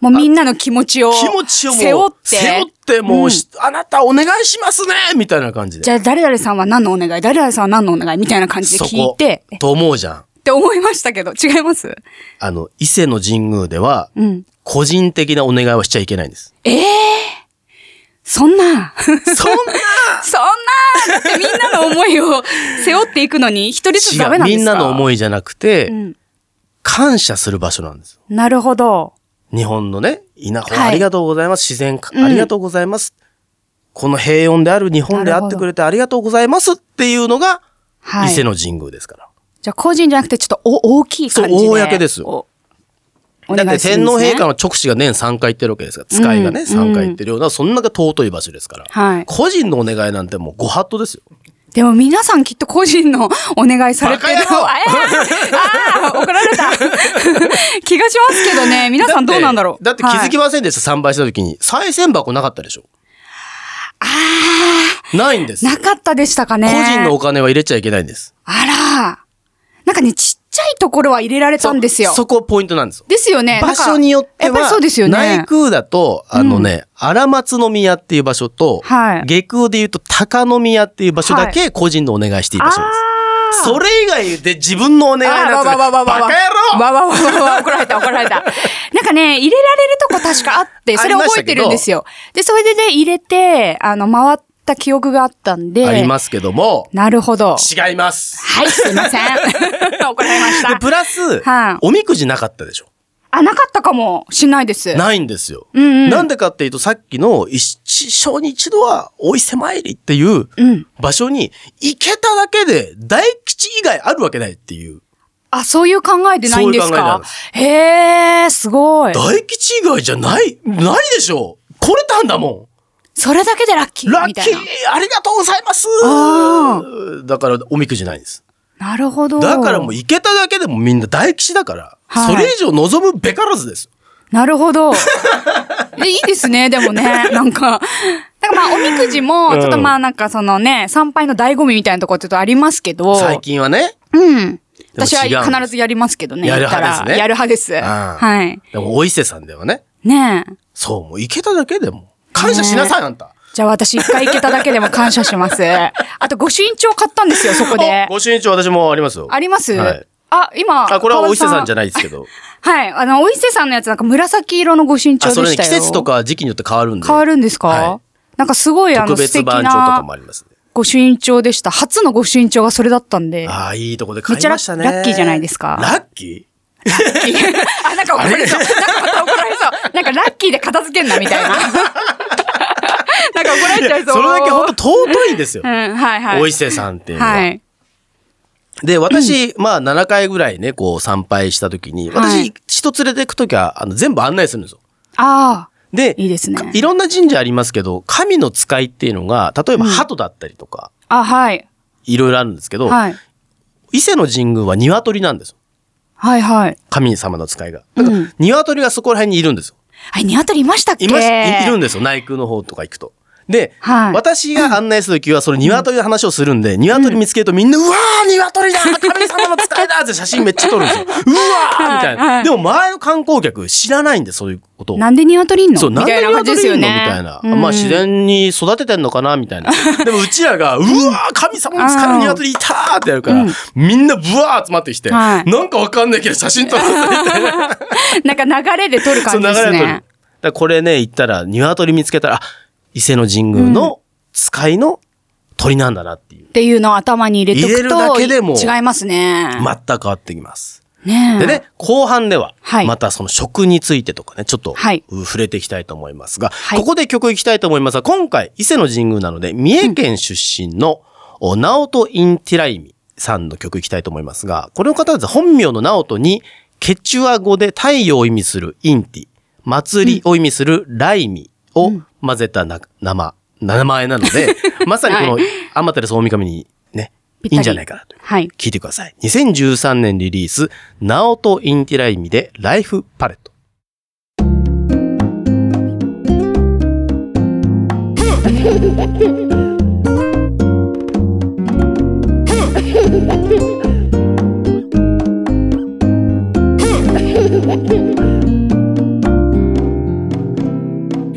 Speaker 4: もうみんなの気持ちを。
Speaker 3: 気持ちをもう、
Speaker 4: 背負って。
Speaker 3: 背負ってもう、
Speaker 4: ん
Speaker 3: しあなたお願いしますねみたいな感じで。
Speaker 4: じゃあ誰々さんは何のお願い誰々さんは何のお願いみたいな感じで聞いて。
Speaker 3: そこ、と思うじゃん。
Speaker 4: って思いましたけど、違います
Speaker 3: あの、伊勢の神宮では、
Speaker 4: うん。
Speaker 3: 個人的なお願いはしちゃいけないんです。
Speaker 4: ええそんな、
Speaker 3: そんな
Speaker 4: そんな、だってみんなの思いを背負っていくのに、一人ずつダメなんで
Speaker 3: み
Speaker 4: すか
Speaker 3: んなの
Speaker 4: い。
Speaker 3: 思いじゃなくて、
Speaker 4: うん。
Speaker 3: 感謝する場所なんですよ。
Speaker 4: なるほど。
Speaker 3: 日本のね、稲穂
Speaker 4: はい
Speaker 3: ありがとうございます。自然か、
Speaker 4: うん
Speaker 3: ありがとうございます。この平穏である日本であってくれてありがとうございますっていうのが、
Speaker 4: は
Speaker 3: 伊
Speaker 4: い。
Speaker 3: 勢
Speaker 4: じ
Speaker 3: の神宮ですから。
Speaker 4: ゃあ個人じゃなくて、ちょっとお大きい感じで。
Speaker 3: そう公ですよ
Speaker 4: おお
Speaker 3: だっ
Speaker 4: 願い
Speaker 3: て
Speaker 4: する
Speaker 3: 天
Speaker 4: んです
Speaker 3: 皇
Speaker 4: ね
Speaker 3: 陛下の直視が年3回行ってるわけですから、使いがね、
Speaker 4: うん
Speaker 3: 3回行ってるような、そんなが尊い場所ですから。
Speaker 4: はい。
Speaker 3: 個人のお願いなんてもうご法度ですよ。
Speaker 4: でも皆さんきっと個人のお願いされてる。
Speaker 3: バカ野郎
Speaker 4: あーあー怒られた。 気がしますけどね。皆さんどうなんだろう。
Speaker 3: だってだって気づき
Speaker 4: は
Speaker 3: ませんでした、3倍した時に。再銭箱なかったでしょああ。ないんです。
Speaker 4: いなかったでしたかね。
Speaker 3: 個人のお金は入れちゃいけないんです。
Speaker 4: あら。なんかね、ちっちゃいところは入れられたんですよ。
Speaker 3: そそこポイントなんですよ。
Speaker 4: ですよね。
Speaker 3: 場所によって
Speaker 4: やっぱり
Speaker 3: は、
Speaker 4: そうですよね。
Speaker 3: 内宮だと、あのね、荒松宮っていう場所と、
Speaker 4: はい
Speaker 3: 下宮で言うと高宮っていう場所だけ個人のお願いしていい場所です。それ以外で自分のお願い
Speaker 4: あー
Speaker 3: なん
Speaker 4: わ
Speaker 3: て、
Speaker 4: わわわわ
Speaker 3: バカ野郎
Speaker 4: わわわわわ怒られた、怒られ た。なんかね、入れられるとこ確かあって、それ
Speaker 3: ありまし
Speaker 4: 覚
Speaker 3: た
Speaker 4: えて
Speaker 3: けど
Speaker 4: るんですよ。で、それでね、入れて、あの、回った記憶があったんで。
Speaker 3: ありますけども、
Speaker 4: なるほど。
Speaker 3: 違います。
Speaker 4: はい、すいま せん。怒られまし
Speaker 3: で
Speaker 4: た。
Speaker 3: プラス、
Speaker 4: はい
Speaker 3: おみくじなかったでしょ。
Speaker 4: あ、なかったかもしんないです。
Speaker 3: ないんですよ。
Speaker 4: うんうん
Speaker 3: なんでかっていうと、さっきの一生に一度はお伊勢参りっていう
Speaker 4: うん
Speaker 3: 場所に行けただけで大吉以外あるわけないっていう。
Speaker 4: あ、そういう考えでないんです
Speaker 3: そういう考えなん
Speaker 4: か
Speaker 3: で
Speaker 4: へえ、すごい。
Speaker 3: 大吉以外じゃない、ないでしょ来れたんだも
Speaker 4: それだけでラッキ
Speaker 3: んラ
Speaker 4: ーみ
Speaker 3: ッ
Speaker 4: た
Speaker 3: キ
Speaker 4: い
Speaker 3: ーありがとうございます
Speaker 4: あ
Speaker 3: だから、おみくじないんです。
Speaker 4: な。なるほど。
Speaker 3: だからもう行けただけでもみんな大吉だから、
Speaker 4: はい
Speaker 3: それ以上望むべからずです。
Speaker 4: なるほど。でいいですね、でもね。なんか。だからまあ、おみくじも、ちょっとまあなんかそのね、参拝の醍醐味みたいなところちょっとありますけど。
Speaker 3: 最近はね。
Speaker 4: う
Speaker 3: でも
Speaker 4: ん。
Speaker 3: 違うんです
Speaker 4: 私は必ずやりますけどね。
Speaker 3: やる
Speaker 4: 言ったら
Speaker 3: 派ですね
Speaker 4: やる派です。
Speaker 3: あー
Speaker 4: はい。
Speaker 3: でも、お伊勢さんではね。
Speaker 4: ねえ。
Speaker 3: そう、もう行けただけでも。感謝しなさい、あんた。
Speaker 4: じゃあ私一回行けただけでも感謝 します。あと、御朱印帳買ったんですよ、そこで
Speaker 3: あ。ご朱印帳私もありますよ。
Speaker 4: あります、
Speaker 3: はい
Speaker 4: あ、今。
Speaker 3: あ、これはお伊勢さんじゃ
Speaker 4: ない。
Speaker 3: ないですけ ど。
Speaker 4: はい。あの、お伊勢さんのやつなんか紫色の御朱印帳
Speaker 3: あ、
Speaker 4: で
Speaker 3: それね、
Speaker 4: した
Speaker 3: 季
Speaker 4: よ。
Speaker 3: 節とか時期によって変わるんで。
Speaker 4: 変わるんですか、
Speaker 3: は
Speaker 4: なんかすごいあの
Speaker 3: 特
Speaker 4: 素
Speaker 3: 別
Speaker 4: 敵
Speaker 3: 番長とか
Speaker 4: な
Speaker 3: もありますね。
Speaker 4: 御朱印帳でした。初の御朱印帳がそれだったんで。
Speaker 3: ああ、いいとこで買いましたね。
Speaker 4: めっちゃラッラッキーじゃないですか
Speaker 3: ラッキ
Speaker 4: あ、なんか怒られそう。なんかまた怒られ そう。なんかラッキーで片付けんな、みたいな。なんか怒ら
Speaker 3: ー
Speaker 4: れちゃいそう。
Speaker 3: それだけ本当尊いんですよ
Speaker 4: う。ん、 はいはい。
Speaker 3: お伊勢さんっていうのは。
Speaker 4: はい。
Speaker 3: で、私、まあ、7回ぐらいね、こう、参拝した時に、
Speaker 4: はい
Speaker 3: 私、人連れて行く時は、あの、全部案内するんですよ。
Speaker 4: ああ、
Speaker 3: で、
Speaker 4: いいですね
Speaker 3: かいろんな神社ありますけど、神の使いっていうのが、例えば、鳩だったりとか、
Speaker 4: あ、はい。
Speaker 3: いろいろあるんですけど、
Speaker 4: はい。
Speaker 3: 伊勢の神宮は鶏なんですよ。
Speaker 4: はいはい。
Speaker 3: 神様の使いが。だから鶏がそこら辺にいるんですよ。
Speaker 4: はい、ニワトリいましたっけ
Speaker 3: います、いいるんですよ。内宮の方とか行くと。で、
Speaker 4: はい
Speaker 3: 私が案内するときは、その鶏の話をするんで、鶏見つけるとみんな、うわー鶏だ神様の使いだって写真めっちゃ撮るん ですよ。うわーみたい
Speaker 4: はいは
Speaker 3: な。
Speaker 4: い
Speaker 3: でも周りの観光客知らないんで、そういうことを。
Speaker 4: なんでニワトリいんの
Speaker 3: そう、なん
Speaker 4: みた
Speaker 3: で
Speaker 4: いな感じです
Speaker 3: 鶏い
Speaker 4: よ
Speaker 3: んのみ
Speaker 4: ね。
Speaker 3: たいな。
Speaker 4: うん
Speaker 3: まあ自然に育ててんのかなみた いな。でもうちらが、うわー神様の使いの鶏いたーってやるから、みんなブワー集まってきて、
Speaker 4: はい
Speaker 3: なんかわかんないけど写真撮ろうぜみたいな。
Speaker 4: なんか流れで撮る
Speaker 3: そう
Speaker 4: 感じ
Speaker 3: 流れとる。だ
Speaker 4: ですね
Speaker 3: か。らこれね、行ったら、鶏見つけたら、あ、伊勢の神宮の使いの鳥なんだなっていう
Speaker 4: っ。ていうのを頭に入れとくと。
Speaker 3: 入れるだけでも
Speaker 4: 違いますね。
Speaker 3: 全く変わってきます。
Speaker 4: ね
Speaker 3: で
Speaker 4: え
Speaker 3: ね、後半では
Speaker 4: は、い
Speaker 3: またその食についてとかね、ちょっと、
Speaker 4: はいう
Speaker 3: 触れていきたいと思いますが、
Speaker 4: い
Speaker 3: ここで曲いきたいと思いますが、今回、伊勢の神宮なので、三重県出身の、お直人インティライミさんの曲いきたいと思いますが、この方は本名の直人に、ケチュア語で太陽を意味するインティ、祭りを意味するライミを混ぜたな、生、名前なの で、まさにこの、アマテレス大神にね、
Speaker 4: ぴった
Speaker 3: い
Speaker 4: り
Speaker 3: いんじゃないかなという。
Speaker 4: はい。
Speaker 3: 聞いてください。2013年リリース、ナオト・インティライミでライフパレット。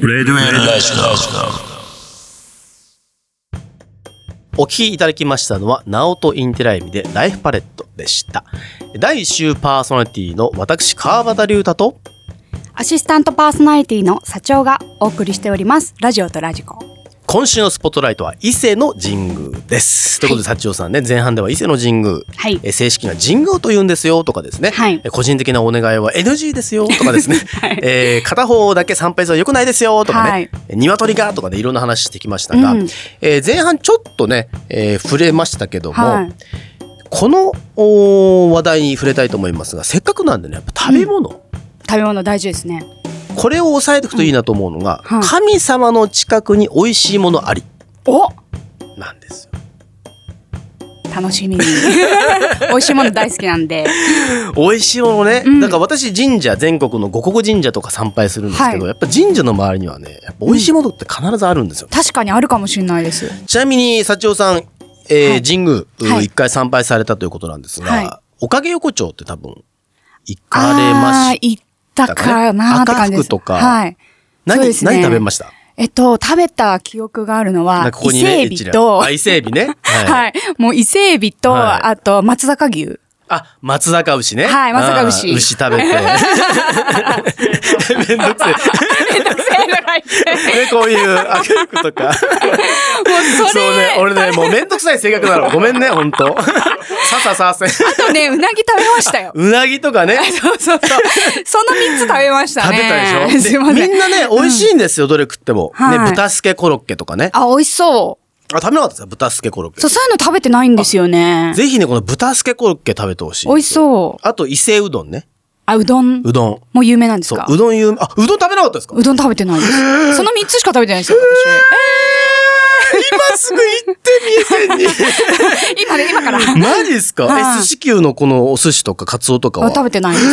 Speaker 2: Radio Enlightened.
Speaker 3: お聞きいただきましたのは、ナオト・インティライミでライフパレットでした。第1週パーソナリティの私、川端龍太と、
Speaker 4: アシスタントパーソナリティの社長がお送りしております。ラジオとラジコ。
Speaker 3: 今週のスポットライトは伊勢の神宮です。ということで、幸男さんね、前半では伊勢の神宮、
Speaker 4: はい
Speaker 3: えー正式な神宮と言うんですよとかですね、
Speaker 4: はい
Speaker 3: えー個人的なお願いは NG ですよとか ですね、えー片方だけ参拝するのは良くないですよとかね、
Speaker 4: はい
Speaker 3: えー鶏がとかね、いろんな話してきましたが、
Speaker 4: うん
Speaker 3: えー前半ちょっとね、えー触れましたけども、
Speaker 4: はい。
Speaker 3: このおー話題に触れたいと思いますが、せっかくなんでね、やっぱ食べ物。
Speaker 4: 食べ物大事ですね。
Speaker 3: これを抑えていくといいなと思うのが、
Speaker 4: うんはい
Speaker 3: 神様の近くに美味しいものあり
Speaker 4: お
Speaker 3: なんですよ。
Speaker 4: 楽しみに。美味しいもの大好きなんで。
Speaker 3: 美味しいものね、
Speaker 4: うん
Speaker 3: だから私神社全国の五穀神社とか参拝するんですけど、
Speaker 4: はい
Speaker 3: やっぱ神社の周りにはねやっぱ美味しいものって必ずあるんですよ、
Speaker 4: 確かにあるかもしれないです。
Speaker 3: ちなみに幸男さん、えー
Speaker 4: はい
Speaker 3: 神宮一、
Speaker 4: はい
Speaker 3: 回参拝されたということなんですが、
Speaker 4: はい
Speaker 3: おかげ横丁って多分行かれま
Speaker 4: あー
Speaker 3: し
Speaker 4: 行ったかなーって感じです。
Speaker 3: 赤福とか
Speaker 4: はい。
Speaker 3: 何、
Speaker 4: そうですね
Speaker 3: 何食べました
Speaker 4: えっと、食べた記憶がある
Speaker 3: な
Speaker 4: の
Speaker 3: ん
Speaker 4: は、
Speaker 3: かここ
Speaker 4: 伊
Speaker 3: にね
Speaker 4: 勢
Speaker 3: 一覧
Speaker 4: 海老と、
Speaker 3: あ伊勢海老 ねはい、
Speaker 4: はい。もう伊勢海老と、
Speaker 3: はい
Speaker 4: あと松坂牛。
Speaker 3: あ松坂牛ね
Speaker 4: はい松坂牛
Speaker 3: あー牛食べて めんどくせえね、こういう悪役とか。
Speaker 4: もうそ
Speaker 3: そう
Speaker 4: れ、
Speaker 3: ね、俺ね、もうめんどくさい性格なの。ごめんね、ほんと。さささせ。
Speaker 4: あとね、うなぎ食べましたよ。
Speaker 3: うなぎとかね、食
Speaker 4: そうそうそう。その3つ食べました
Speaker 3: べ
Speaker 4: ね。
Speaker 3: たでしょ
Speaker 4: すいませ
Speaker 3: で
Speaker 4: ん。
Speaker 3: みんなね、美味しいんですよ、どれ食っても。ね、
Speaker 4: はい
Speaker 3: 豚すけコロッケとかね。あ、
Speaker 4: あ、美味しそう。
Speaker 3: 食べなかったですか豚すけコロッケ
Speaker 4: そう、。そういうの食べてないんですよね。
Speaker 3: ぜひね、この豚すけコロッケ食べてほしい。
Speaker 4: 美味しそう。
Speaker 3: あと、伊勢うどんね。
Speaker 4: あ、うどん
Speaker 3: うどん。
Speaker 4: もう有名なんです
Speaker 3: そう
Speaker 4: か、
Speaker 3: うどん有名。あ、うどん食べなかったですか
Speaker 4: うどん食べてな いです。その3つしか食べてないですよ、
Speaker 3: 今すぐ行って、三重県 に。
Speaker 4: 私。今ね、今から。あ
Speaker 3: マジですか、
Speaker 4: はい
Speaker 3: え、寿司級のこのお寿司とかカツオとかは。
Speaker 4: 食べてないです。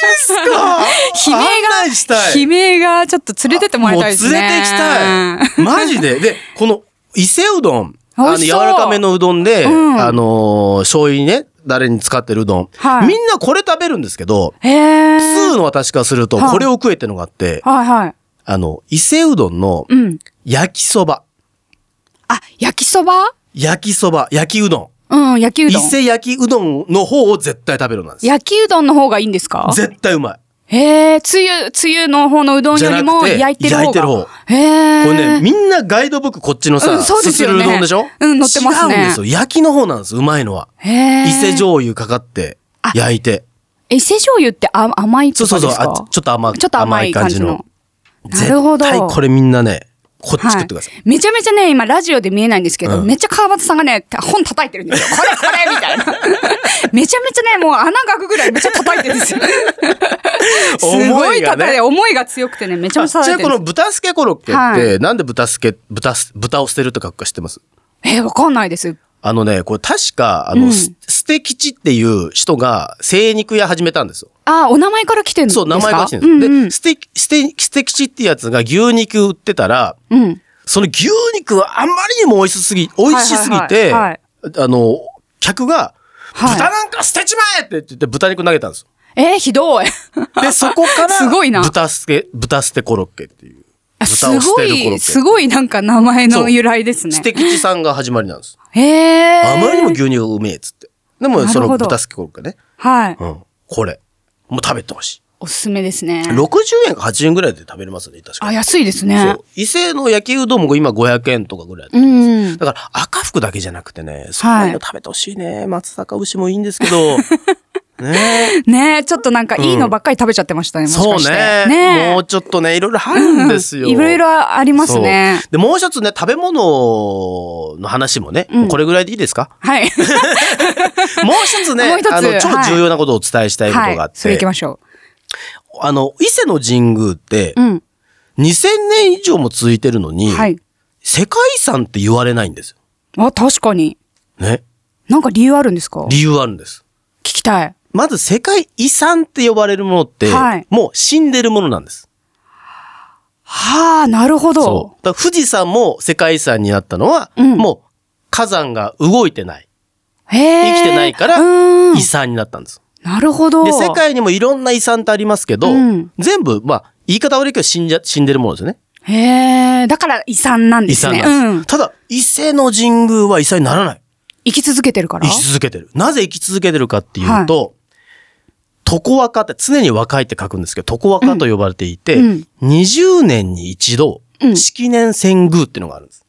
Speaker 3: ですか
Speaker 4: 悲鳴
Speaker 3: 案内したい
Speaker 4: が、悲鳴がちょっと連れてってもらいたいですね。
Speaker 3: もう連れて行きたい。マジで。で、この伊勢うどん。
Speaker 4: 美
Speaker 3: あの
Speaker 4: 味し
Speaker 3: 柔
Speaker 4: そう
Speaker 3: らかめのうどんで、
Speaker 4: うん
Speaker 3: あのー醤油にね、誰に使ってるうどん、
Speaker 4: はい
Speaker 3: みんなこれ食べるんですけど、
Speaker 4: い。へー。
Speaker 3: 通の私からすると、
Speaker 4: はい
Speaker 3: これを食えってのがあって、
Speaker 4: はいはい。
Speaker 3: あの、伊勢うどんの
Speaker 4: うん。
Speaker 3: 焼きそば、
Speaker 4: あ、焼きそば
Speaker 3: 焼きそば、焼きうど
Speaker 4: うん、焼き
Speaker 3: ん。
Speaker 4: う
Speaker 3: 伊
Speaker 4: どん。
Speaker 3: 勢焼きうどんの方を絶対食べるのなんです。
Speaker 4: 焼きうどんの方がいいんですか
Speaker 3: 絶対うまい。
Speaker 4: へえ、つゆ、つゆの方のうどんよりも
Speaker 3: じゃな
Speaker 4: 焼い
Speaker 3: くて
Speaker 4: てる方
Speaker 3: 焼
Speaker 4: が。
Speaker 3: いてる方
Speaker 4: へえ。
Speaker 3: これね、みんなガイドブックこっちのさ、
Speaker 4: うんそうですよ
Speaker 3: す
Speaker 4: ね
Speaker 3: するうどんでしょ
Speaker 4: うん乗ってますね
Speaker 3: 違うんですよ。焼きの方なんです、うまいのは。
Speaker 4: へー
Speaker 3: 伊勢醤油かかって
Speaker 4: あ、
Speaker 3: 焼いて。
Speaker 4: え伊勢醤油ってあ甘い
Speaker 3: そ
Speaker 4: と
Speaker 3: うそ
Speaker 4: か
Speaker 3: う
Speaker 4: で
Speaker 3: そう
Speaker 4: すか
Speaker 3: あ、ちょっと甘い
Speaker 4: ちょっと甘い感じの。なるほど。
Speaker 3: 絶対これみんなね、こっち食ってください。
Speaker 4: はい、めちゃめちゃね、今ラジオで見えないんですけど、
Speaker 3: うん
Speaker 4: めっちゃ川端さんがね、本叩いてるんですよ。これこれみたいな。 めちゃめちゃね、もう穴が開くぐらいめっちゃ叩いてるんですよ。すごい
Speaker 3: 思が
Speaker 4: 叩いて、
Speaker 3: ね。
Speaker 4: 思いが強くてね、めちゃめちゃ
Speaker 3: あじゃ
Speaker 4: 叩い
Speaker 3: あ
Speaker 4: て
Speaker 3: こ
Speaker 4: るん
Speaker 3: の
Speaker 4: です。
Speaker 3: 豚すけコロッケっ
Speaker 4: は
Speaker 3: て、なんで豚すけ、豚す、豚を捨てると書くか知ってます
Speaker 4: えー、わかんないです。
Speaker 3: あのね、これ確か、あ
Speaker 4: う
Speaker 3: の、
Speaker 4: ん
Speaker 3: す捨て吉っていう人が精肉屋始めたんですよ。
Speaker 4: あー、お名前から来てるんですか
Speaker 3: そう、名前がしてる
Speaker 4: うんん
Speaker 3: で
Speaker 4: う
Speaker 3: す。
Speaker 4: ん、
Speaker 3: で、捨て、捨て、捨て吉ってやつが牛肉売ってたら、
Speaker 4: うん。
Speaker 3: その牛肉はあまりにも美味しすぎ、美味しすぎて、
Speaker 4: はいはい
Speaker 3: あの、客が、
Speaker 4: はい
Speaker 3: 豚なんか捨てちまえって言って豚肉投げたんですよ。
Speaker 4: えー、ひどい。
Speaker 3: で、そこから、
Speaker 4: すごいな
Speaker 3: 豚捨て、豚捨てコロッケっていう。
Speaker 4: あす
Speaker 3: 豚を捨
Speaker 4: ご
Speaker 3: てるコロッケ
Speaker 4: い、すごいなんか名前
Speaker 3: そ
Speaker 4: の
Speaker 3: う
Speaker 4: 由来ですね。
Speaker 3: 捨て吉さんが始まりなんです。
Speaker 4: へえ。
Speaker 3: あまりにも牛乳がうめえっつって。でも、そ
Speaker 4: なる
Speaker 3: の
Speaker 4: ほど
Speaker 3: 豚捨てコロッケね。
Speaker 4: はい。
Speaker 3: うん。これ。もう食べてほしい。
Speaker 4: おすすめですね。
Speaker 3: 60円か80円ぐらいで食べれますね、確か
Speaker 4: あ、安いですね
Speaker 3: そう。。伊勢の焼きうどんも今500円とかぐらいだった
Speaker 4: うん
Speaker 3: ですよ
Speaker 4: ん。
Speaker 3: だから赤服だけじゃなくてね、そういうの食べてほしいね。松坂牛もいいんですけど。 ね
Speaker 4: ねえ、ちょっとなんかいいのばっかり食べちゃってましたね、もし
Speaker 3: そう
Speaker 4: かして。
Speaker 3: ね
Speaker 4: ねえ
Speaker 3: もうちょっとね、いろいろあるんですよ。
Speaker 4: いろいろ
Speaker 3: あ
Speaker 4: あ
Speaker 3: り
Speaker 4: りますね。
Speaker 3: で、もう一つね、食べ物の話もね、
Speaker 4: うん
Speaker 3: これぐらいでいいです か
Speaker 4: はい。
Speaker 3: もう一つね
Speaker 4: もう一、つ
Speaker 3: あの、超
Speaker 4: はい
Speaker 3: 重要なことをお伝えしたいこと
Speaker 4: は
Speaker 3: があっ
Speaker 4: い。それ
Speaker 3: て
Speaker 4: 行き、ましょ
Speaker 3: あの、伊勢の神宮って
Speaker 4: う。、うん。
Speaker 3: 2000年以上も続いてるのに、
Speaker 4: はい。
Speaker 3: 世界遺産って言われないんですよ。
Speaker 4: あ、確かに。
Speaker 3: ね。
Speaker 4: なんか理由あるんですか聞
Speaker 3: 理由あるんです。
Speaker 4: きたい。
Speaker 3: まず世界遺産って呼ばれるものって、
Speaker 4: はい
Speaker 3: もう死んでるものなんです。
Speaker 4: はあ、なるほど。
Speaker 3: だから富士山も世界遺産になったのは、
Speaker 4: うん
Speaker 3: もう火山が動いてない。
Speaker 4: へえ。
Speaker 3: 生きてないから
Speaker 4: うん
Speaker 3: 遺。産になったんです。
Speaker 4: なるほど。
Speaker 3: で、世界にもいろんな遺産ってありますけど、
Speaker 4: うん
Speaker 3: 全部、まあ、言い方悪いけど死んじゃ、死んでるものですよね。
Speaker 4: へえ。だから遺産なんで
Speaker 3: 遺
Speaker 4: す
Speaker 3: 産
Speaker 4: ね。
Speaker 3: なんです。
Speaker 4: うん。
Speaker 3: ただ、伊勢の神宮は遺産にならない。
Speaker 4: 生き続けてるから
Speaker 3: 生。き続けてる。なぜ生き続けてるかっていうと、床若って、常に若いって書くんですけど、床若と呼ばれていて、
Speaker 4: うん
Speaker 3: 20年に一度、
Speaker 4: うん
Speaker 3: 式年遷宮っていうのがあるんです。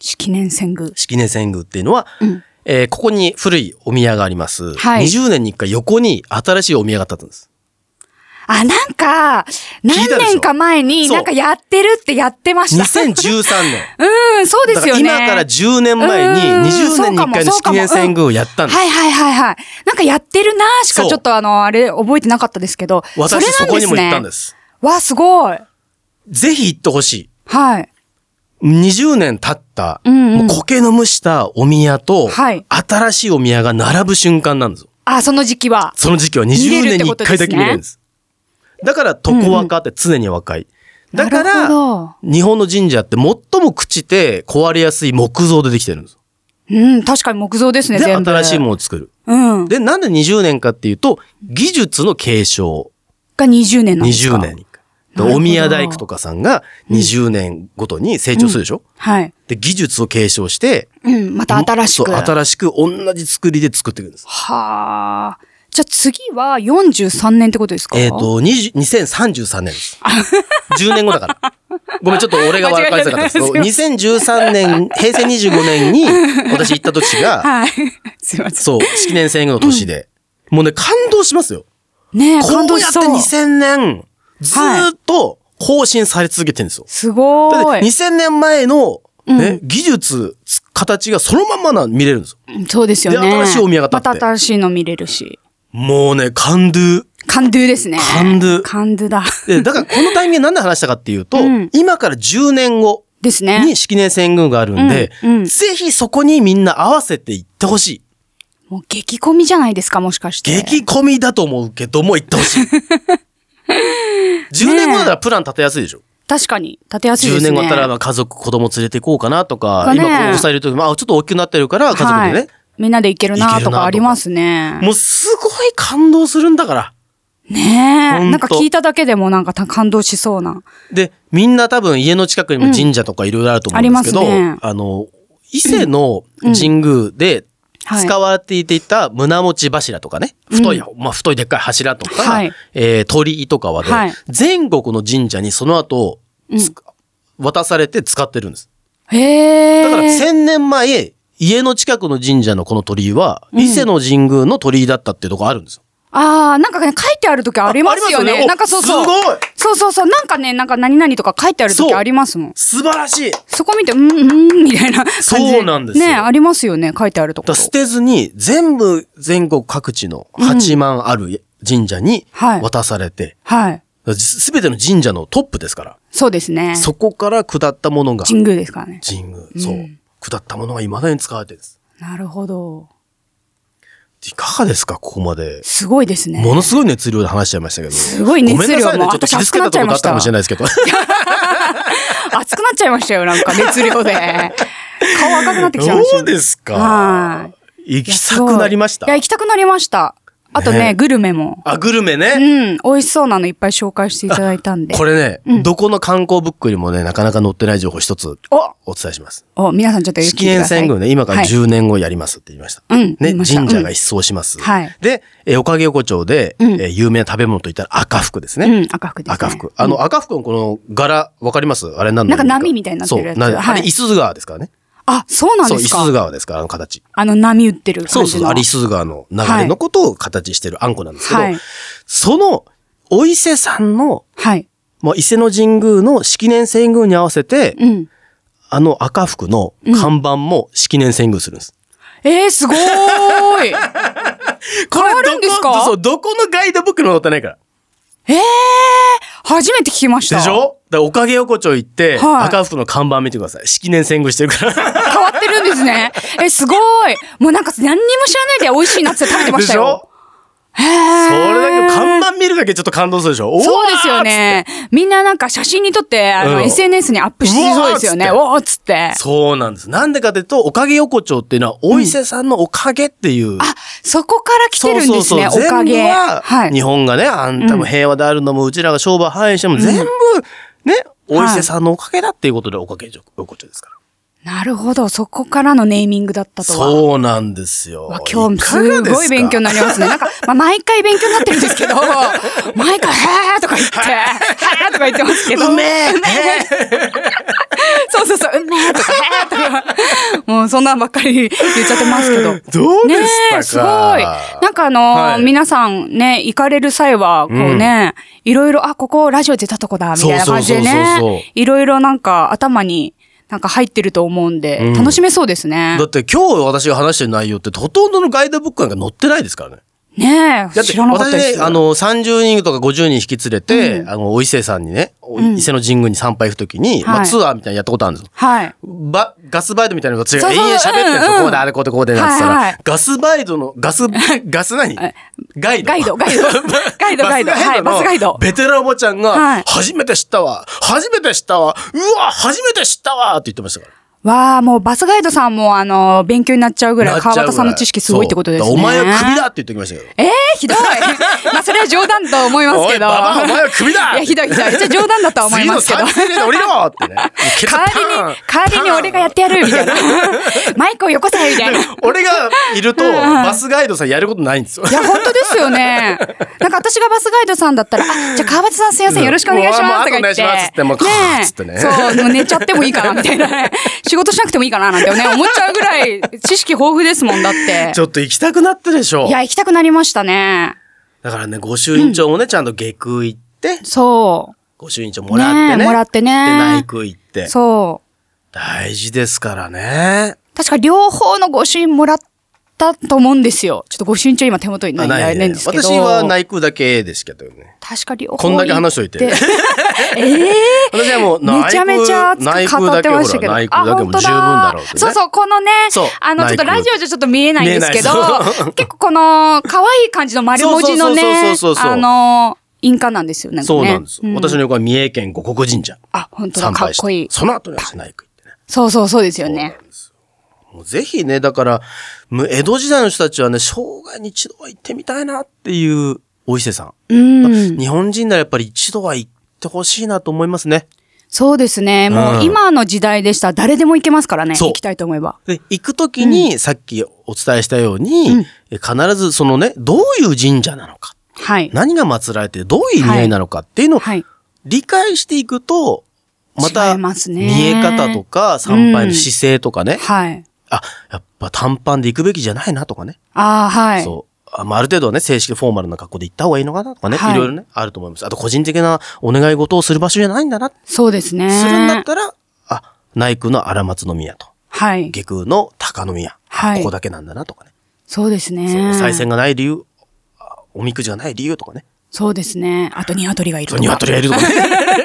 Speaker 4: 式年遷宮。
Speaker 3: 式年遷宮っていうのは、
Speaker 4: うん
Speaker 3: えーここに古いお宮があります。
Speaker 4: はい
Speaker 3: 20年に1回横に新しいお宮が建ったんです。
Speaker 4: あ、なんか、
Speaker 3: 聞
Speaker 4: 何
Speaker 3: いたでしょ
Speaker 4: 年か前に
Speaker 3: そう
Speaker 4: なんかやってるってやってました。
Speaker 3: 2013年。
Speaker 4: うん、そうで
Speaker 3: だか
Speaker 4: すよ
Speaker 3: ら
Speaker 4: ね。
Speaker 3: 今から10年前に
Speaker 4: うん
Speaker 3: 20年に1回の式年遷宮をやったんです。
Speaker 4: はいはいはいはい。なんかやってるなーしか
Speaker 3: そう
Speaker 4: ちょっとあの、あれ覚えてなかったですけど。。
Speaker 3: 私そこにも行ったんですす。
Speaker 4: わあ、すごい。
Speaker 3: ぜひ行ってほしい。
Speaker 4: はい。
Speaker 3: 20年経った、
Speaker 4: うんうん
Speaker 3: もう苔の蒸したお宮と、
Speaker 4: はい
Speaker 3: 新しいお宮が並ぶ瞬間なんですよ。
Speaker 4: あ、その時期は。
Speaker 3: その時期は20
Speaker 4: 見
Speaker 3: 年
Speaker 4: れるって
Speaker 3: に
Speaker 4: こ
Speaker 3: 1
Speaker 4: と
Speaker 3: 回だけ見れるんです。だから、床若って常に若い。だか
Speaker 4: なる
Speaker 3: ら
Speaker 4: ほ、ど
Speaker 3: 日本の神社って最も朽ちて壊れやすい木造でできてるんです。
Speaker 4: うん、確かに木造ですね、
Speaker 3: で、
Speaker 4: 全部。
Speaker 3: 新しいものを作る。
Speaker 4: うん。
Speaker 3: で、なんで20年かっていうと、技術の継承。
Speaker 4: が20年なんですか。
Speaker 3: 20年に。で
Speaker 4: なるほど
Speaker 3: お宮大工とかさんが20年ごとに成長するでしょ、
Speaker 4: はい。
Speaker 3: で、技術を継承して、
Speaker 4: うん、また新しく。
Speaker 3: そう新しく同じ作りで作っていくんです。
Speaker 4: はあ。じゃあ次は43年ってことですか
Speaker 3: えっ、と、20 2033年 です。10年後だから。ごめん、ちょっと俺が分かりづらかったです。
Speaker 4: 間違 いな
Speaker 3: 2013年、平成25年 に私行った時が、
Speaker 4: はい。 すいませ
Speaker 3: そう、式年遷宮の年で、もうね、感動しますよ。
Speaker 4: ん。ねえ、
Speaker 3: こ
Speaker 4: 感動
Speaker 3: う
Speaker 4: し
Speaker 3: やって
Speaker 4: そう。
Speaker 3: 2000年、ずーっと更新され続けてるんですよ。
Speaker 4: すご
Speaker 3: だって
Speaker 4: ーい。
Speaker 3: 2000年前の、ね、
Speaker 4: う
Speaker 3: 技術、形がそのまんまな見れるんですよ。
Speaker 4: うんそうですよね。
Speaker 3: で新しいお宮が建
Speaker 4: ま
Speaker 3: って
Speaker 4: た新しいの見れるし。
Speaker 3: もうね、感動。
Speaker 4: 感動ですね。
Speaker 3: 感動
Speaker 4: 感動だ。
Speaker 3: で、だから このタイミングで何で話したかっていうと、
Speaker 4: うん
Speaker 3: 今から10年後
Speaker 4: ですね
Speaker 3: に。式年遷宮があるんで、
Speaker 4: うんうん
Speaker 3: ぜひそこにみんな合わせて行ってほしい。
Speaker 4: もう激込みじゃないですか、もしかして。
Speaker 3: 激込みだと思うけども行ってほ しい。10年後だったらプラン立てやすいでしょ。
Speaker 4: 確かに、立てやすいで
Speaker 3: 10
Speaker 4: すね。
Speaker 3: 年後だったらまあ家族、子供連れて行こうかなとか、
Speaker 4: そうね
Speaker 3: 今こうお子さんいるとき、まあちょっと大きくなってるから家族でね、
Speaker 4: はい。みんなで行ける
Speaker 3: 行け
Speaker 4: な
Speaker 3: るな
Speaker 4: と
Speaker 3: とか
Speaker 4: かありますね。
Speaker 3: もうすごい感動するんだから。
Speaker 4: ね
Speaker 3: ほんと
Speaker 4: え。なんか聞いただけでもなんかた感動しそうな。
Speaker 3: で、みんな多分家の近くにも神社とかいろいろあると思うんですけど、
Speaker 4: うんありますね
Speaker 3: あの、伊勢の神宮で
Speaker 4: はい
Speaker 3: 使われていた胸持ち柱とかね、太い、まあ太いでっかい柱とか、
Speaker 4: はい
Speaker 3: えー鳥居とかはね、
Speaker 4: はい
Speaker 3: 全国の神社にその後、つ渡されて使ってるんです。
Speaker 4: へえ。
Speaker 3: だから千年前、家の近くの神社のこの鳥居は、伊勢の神宮の鳥居だったっていうとこあるんですよ。
Speaker 4: ああ、なんかね、書いてあるときありますよ
Speaker 3: あありますよ
Speaker 4: ね。
Speaker 3: ねお
Speaker 4: なんかそうそう。
Speaker 3: すごい
Speaker 4: そうそうそう。なんかね、なんか何々とか書いてあるときありますもん。
Speaker 3: 素晴らしいだか
Speaker 4: そこ見て、うん、うん、みたいな感じ。
Speaker 3: そうなんですよ
Speaker 4: ね、ありますよね。書いてあるとこ
Speaker 3: ら
Speaker 4: ろ。
Speaker 3: 捨てずに、全部全国各地の8万ある神社に
Speaker 4: はい
Speaker 3: 渡されて、
Speaker 4: はい。
Speaker 3: すべての神社のトップですから、
Speaker 4: そうですね。
Speaker 3: そこから下ったものが、
Speaker 4: 神宮ですからね。
Speaker 3: 神宮、そう。下ったものが未だに使われてるんです。
Speaker 4: なるほど。
Speaker 3: いかがですかここまで。
Speaker 4: すごいですね。
Speaker 3: ものすごい熱量で話しちゃいましたけど。
Speaker 4: すごい熱量
Speaker 3: ごめんなさいね。
Speaker 4: もう
Speaker 3: ちょっと傷つけたところあったかもしれないですけど。
Speaker 4: 熱くなっちゃいましたよ。なんか熱量で。顔赤くなってきちゃいました
Speaker 3: ど
Speaker 4: よ。
Speaker 3: うですか
Speaker 4: はい
Speaker 3: 行き
Speaker 4: す
Speaker 3: た
Speaker 4: ごい
Speaker 3: くなりました
Speaker 4: いや、。行きたくなりました。あと
Speaker 3: ね
Speaker 4: ね、グルメも。
Speaker 3: あ、グルメ
Speaker 4: う
Speaker 3: ね。
Speaker 4: ん、美味しそうなのいっぱい紹介していただいたんで。
Speaker 3: これね、
Speaker 4: うん
Speaker 3: どこの観光ブックにもね、なかなか載ってない情報一つ
Speaker 4: お
Speaker 3: お伝えします。
Speaker 4: お、皆さんちょっと聞いて
Speaker 3: 式
Speaker 4: く
Speaker 3: 年
Speaker 4: ださい
Speaker 3: 遷宮ね、今から
Speaker 4: はい
Speaker 3: 10年後やりますって言いました。
Speaker 4: うん
Speaker 3: ね、
Speaker 4: 言いました
Speaker 3: 神社が一掃します。
Speaker 4: うんはい
Speaker 3: で、えーおかげ横丁で、
Speaker 4: うん
Speaker 3: えー有名な食べ物といったら赤福ですね。
Speaker 4: うん、赤服です、ね。
Speaker 3: 赤福。あ
Speaker 4: う
Speaker 3: の、
Speaker 4: ん
Speaker 3: 赤福のこの柄、わかりますあれなんだ
Speaker 4: なんか波みたいになってるやつ
Speaker 3: そう。なあ
Speaker 4: は
Speaker 3: れ、
Speaker 4: い
Speaker 3: 五十川ですからね。
Speaker 4: あ、そうなん
Speaker 3: そう、
Speaker 4: で
Speaker 3: 五
Speaker 4: す
Speaker 3: 十
Speaker 4: か。
Speaker 3: 川ですから、あの形。
Speaker 4: あの波打ってる感じ
Speaker 3: そ
Speaker 4: の。
Speaker 3: うそうそう、あれ五十川の流れのことを形してるあんこなんですけど、
Speaker 4: はい
Speaker 3: その、お伊勢さんの、
Speaker 4: はい。
Speaker 3: まあ、伊勢の神宮の式年遷宮に合わせて、
Speaker 4: うん。
Speaker 3: あの赤福の看板も式年遷宮するんです。
Speaker 4: えー、す ごーい。
Speaker 3: こ
Speaker 4: 変わるんですか
Speaker 3: どこそう、どこのガイドブックにも載ってないから。
Speaker 4: えー、初めて聞きました。
Speaker 3: でしょだからおかげ横丁行って、
Speaker 4: はい
Speaker 3: 赤福の看板見てください。式年遷宮してる から。
Speaker 4: 変わってるんですね。え、すごい。もうなんか何にも知らないで美味しいなって食べてま
Speaker 3: で
Speaker 4: した
Speaker 3: しょ。
Speaker 4: よへ
Speaker 3: そ
Speaker 4: ー
Speaker 3: れだけ看板見るだけちょっと感動するでしょ
Speaker 4: そうですよ。ね。みんななんか写真に撮って、あの、
Speaker 3: うん
Speaker 4: SNS にアップしそうですよね。
Speaker 3: う
Speaker 4: おーっつって
Speaker 3: おーっつって。そうなんです。なんでかというと、おかげ横丁っていうのは、お伊勢さんのおかげっていう。
Speaker 4: あ、そこから来て
Speaker 3: そう
Speaker 4: るん
Speaker 3: そ
Speaker 4: で
Speaker 3: う
Speaker 4: す
Speaker 3: そう
Speaker 4: ね、おかげ。
Speaker 3: 全部は、
Speaker 4: はい。
Speaker 3: 日本がね、あんたも平和であるのも、うちらが商売繁栄しても、全部、ね、お伊勢さんのおかげだっていうことで、おかげ横丁ですから。
Speaker 4: なるほど、そこからのネーミングだったとは。
Speaker 3: そうなんですよ
Speaker 4: わ。今日
Speaker 3: かが
Speaker 4: す
Speaker 3: ですか
Speaker 4: ごい勉強になりますね。なんか、まあ、毎回勉強になってるんです けど、毎回、へーとか言って、へーとか言ってますけ
Speaker 3: う
Speaker 4: ど。
Speaker 3: めえ
Speaker 4: うめえそうそうそう、うめえとか、へーとか。もうそんなんばっかり言っちゃってますけど。
Speaker 3: どう
Speaker 4: ね
Speaker 3: でしたか、
Speaker 4: え、すごい。なんかあのー
Speaker 3: はい
Speaker 4: 皆さんね、行かれる際は、こうね、いろいろ、あ、ここラジオ出たとこだ、みたいな感じで
Speaker 3: そうそうそうそうそう
Speaker 4: ね。いろいろなんか頭に、なんか入ってると思うんで、
Speaker 3: ん
Speaker 4: 楽しめそうですね
Speaker 3: だ。って今日私が話してる内容ってほとんどのガイドブックなんか載ってないですからね。
Speaker 4: ね
Speaker 3: だ
Speaker 4: え、
Speaker 3: って、
Speaker 4: 知らなかったで
Speaker 3: 私
Speaker 4: す。
Speaker 3: ね、あの、30人とか50人引き連れて、
Speaker 4: うん
Speaker 3: あの、お伊勢さんにね、お
Speaker 4: うん
Speaker 3: 伊勢の神宮に参拝行くときに、ま
Speaker 4: は
Speaker 3: あ、
Speaker 4: い
Speaker 3: ツアーみたいなのやったことあるんですよ。
Speaker 4: はい。
Speaker 3: ば、ガスバイドみたいなのが違う。
Speaker 4: そう
Speaker 3: 延
Speaker 4: そう
Speaker 3: 々喋ってるんです
Speaker 4: うん
Speaker 3: よ。
Speaker 4: うん
Speaker 3: こうであれこうでこうでなんて言った
Speaker 4: はいはい
Speaker 3: ら、ガスバイドの、ガス、ガス何ガイド。
Speaker 4: ガイド、ガ イド。ガイド、ガイド。
Speaker 3: バス
Speaker 4: はい、バスガイ
Speaker 3: の
Speaker 4: ド。
Speaker 3: ベテランおばちゃん
Speaker 4: は
Speaker 3: が
Speaker 4: い、
Speaker 3: 初めて知ったわ初めて知ったわうわ初めて知ったわって言ってましたから。
Speaker 4: わあ、もうバスガイドさんも、あの、勉強になっちゃうぐら
Speaker 3: なっ
Speaker 4: い、
Speaker 3: ちゃう
Speaker 4: 川
Speaker 3: ぐら
Speaker 4: 端さんの知識すごいってことですね。
Speaker 3: そうだからお前はクビだって言ってきましたけど。
Speaker 4: ええひどい。まあ、それは冗談と思いますけど。
Speaker 3: おいババアお前はクビだ
Speaker 4: いや、ひどいひどい。じゃ冗談だとは思いますけど。
Speaker 3: 次の3で降りろって ね。
Speaker 4: 代わりに、代わりに俺がやってやるみたいな。マイクをよこせみたいな。い
Speaker 3: 俺がいると、
Speaker 4: うん
Speaker 3: バスガイドさんやることないんですよ。
Speaker 4: や、本当ですよね。なんか私がバスガイドさんだったら、あ、じゃあ川端さんすいません、よろしくお願いしますとか言って。
Speaker 3: もうあとお願いしますっつってもうカーッつってね
Speaker 4: そう、もう寝ちゃってもいいかなみたいなね。仕事しなくてもいいかななんてね、思っちゃうぐらい知識豊富ですもんだって
Speaker 3: ち。ょっと行きたくなったでしょ
Speaker 4: い。や、行きたくなりましたね。
Speaker 3: だからね、御朱印帳もね、ちゃんと下空行って、
Speaker 4: そ
Speaker 3: 御朱印帳もらって
Speaker 4: ね
Speaker 3: ね。
Speaker 4: えもらってね
Speaker 3: で、内空行って
Speaker 4: う。。そう。
Speaker 3: 大事ですからね。
Speaker 4: 確か両方の御朱印もらったと思うんですよ。ちょっと御朱印帳今手元にない
Speaker 3: あ
Speaker 4: ないないんですけど。
Speaker 3: 私は内空だけですけどね。
Speaker 4: 確か両方。
Speaker 3: こんだけ話しといて。
Speaker 4: ええ
Speaker 3: 私はもう 内宮、
Speaker 4: めちゃめちゃ熱
Speaker 3: 内
Speaker 4: く
Speaker 3: 空
Speaker 4: 語っ
Speaker 3: だけ
Speaker 4: て
Speaker 3: ほら
Speaker 4: ましたけど。
Speaker 3: 内空だけも十分だろうってね。
Speaker 4: そうそう、このね
Speaker 3: そう、
Speaker 4: あの、ちょっと
Speaker 3: 内宮
Speaker 4: ラジオじゃちょっと見えないんですけど
Speaker 3: 見えないそ、
Speaker 4: 結構この、可愛い感じの丸文字の
Speaker 3: そう
Speaker 4: ね
Speaker 3: そうそうそうそう、そう
Speaker 4: あの、印鑑なんですよね。かね
Speaker 3: そうなんですよ。私の。横は三重県五国神社。
Speaker 4: あ、本当だ、
Speaker 3: 参
Speaker 4: かっ
Speaker 3: 拝して
Speaker 4: こいい。
Speaker 3: その後に私内宮行ってね。
Speaker 4: そうそうそうですよね。
Speaker 3: もうぜひね、だから、む江戸時代の人たちはね、生涯に一度は行ってみたいなっていうお伊勢さん。
Speaker 4: うん。
Speaker 3: 日本人ならやっぱり一度は行ってほしいなと思いますね。
Speaker 4: そうですね。も
Speaker 3: うん
Speaker 4: う今の時代でしたら誰でも行けますからね。
Speaker 3: そう
Speaker 4: 行きたいと思えば。
Speaker 3: で、行くときに、さっきお伝えしたように、え必ずそのね、どういう神社なのか、
Speaker 4: はい。
Speaker 3: 何が祀られてどういう意味合いなのかっていうのを
Speaker 4: はい。
Speaker 3: 理解していくと、また、
Speaker 4: 違いますね
Speaker 3: 見え方とか、参拝の姿勢とかね、
Speaker 4: はい。
Speaker 3: あ、やっぱ短パンで行くべきじゃないなとかね。
Speaker 4: ああ、はい。
Speaker 3: そう。あまあ、ある程度はね、正式フォーマルな格好で行った方がいいのかなとかね、
Speaker 4: はい
Speaker 3: い、ろいろね、あると思います。あと、個人的なお願い事をする場所じゃないんだな、
Speaker 4: そうですね。
Speaker 3: するんだったら、あ、内宮の荒松宮と、
Speaker 4: はい。
Speaker 3: 下宮の高宮、
Speaker 4: はい
Speaker 3: ここだけなんだなとかね。
Speaker 4: そうですね。
Speaker 3: そう、再選がない理由、あおみくじがない理由とかね。
Speaker 4: そうですね。あと、鶏がいる
Speaker 3: そ
Speaker 4: と
Speaker 3: う、
Speaker 4: か。
Speaker 3: 鶏がいるとか ね。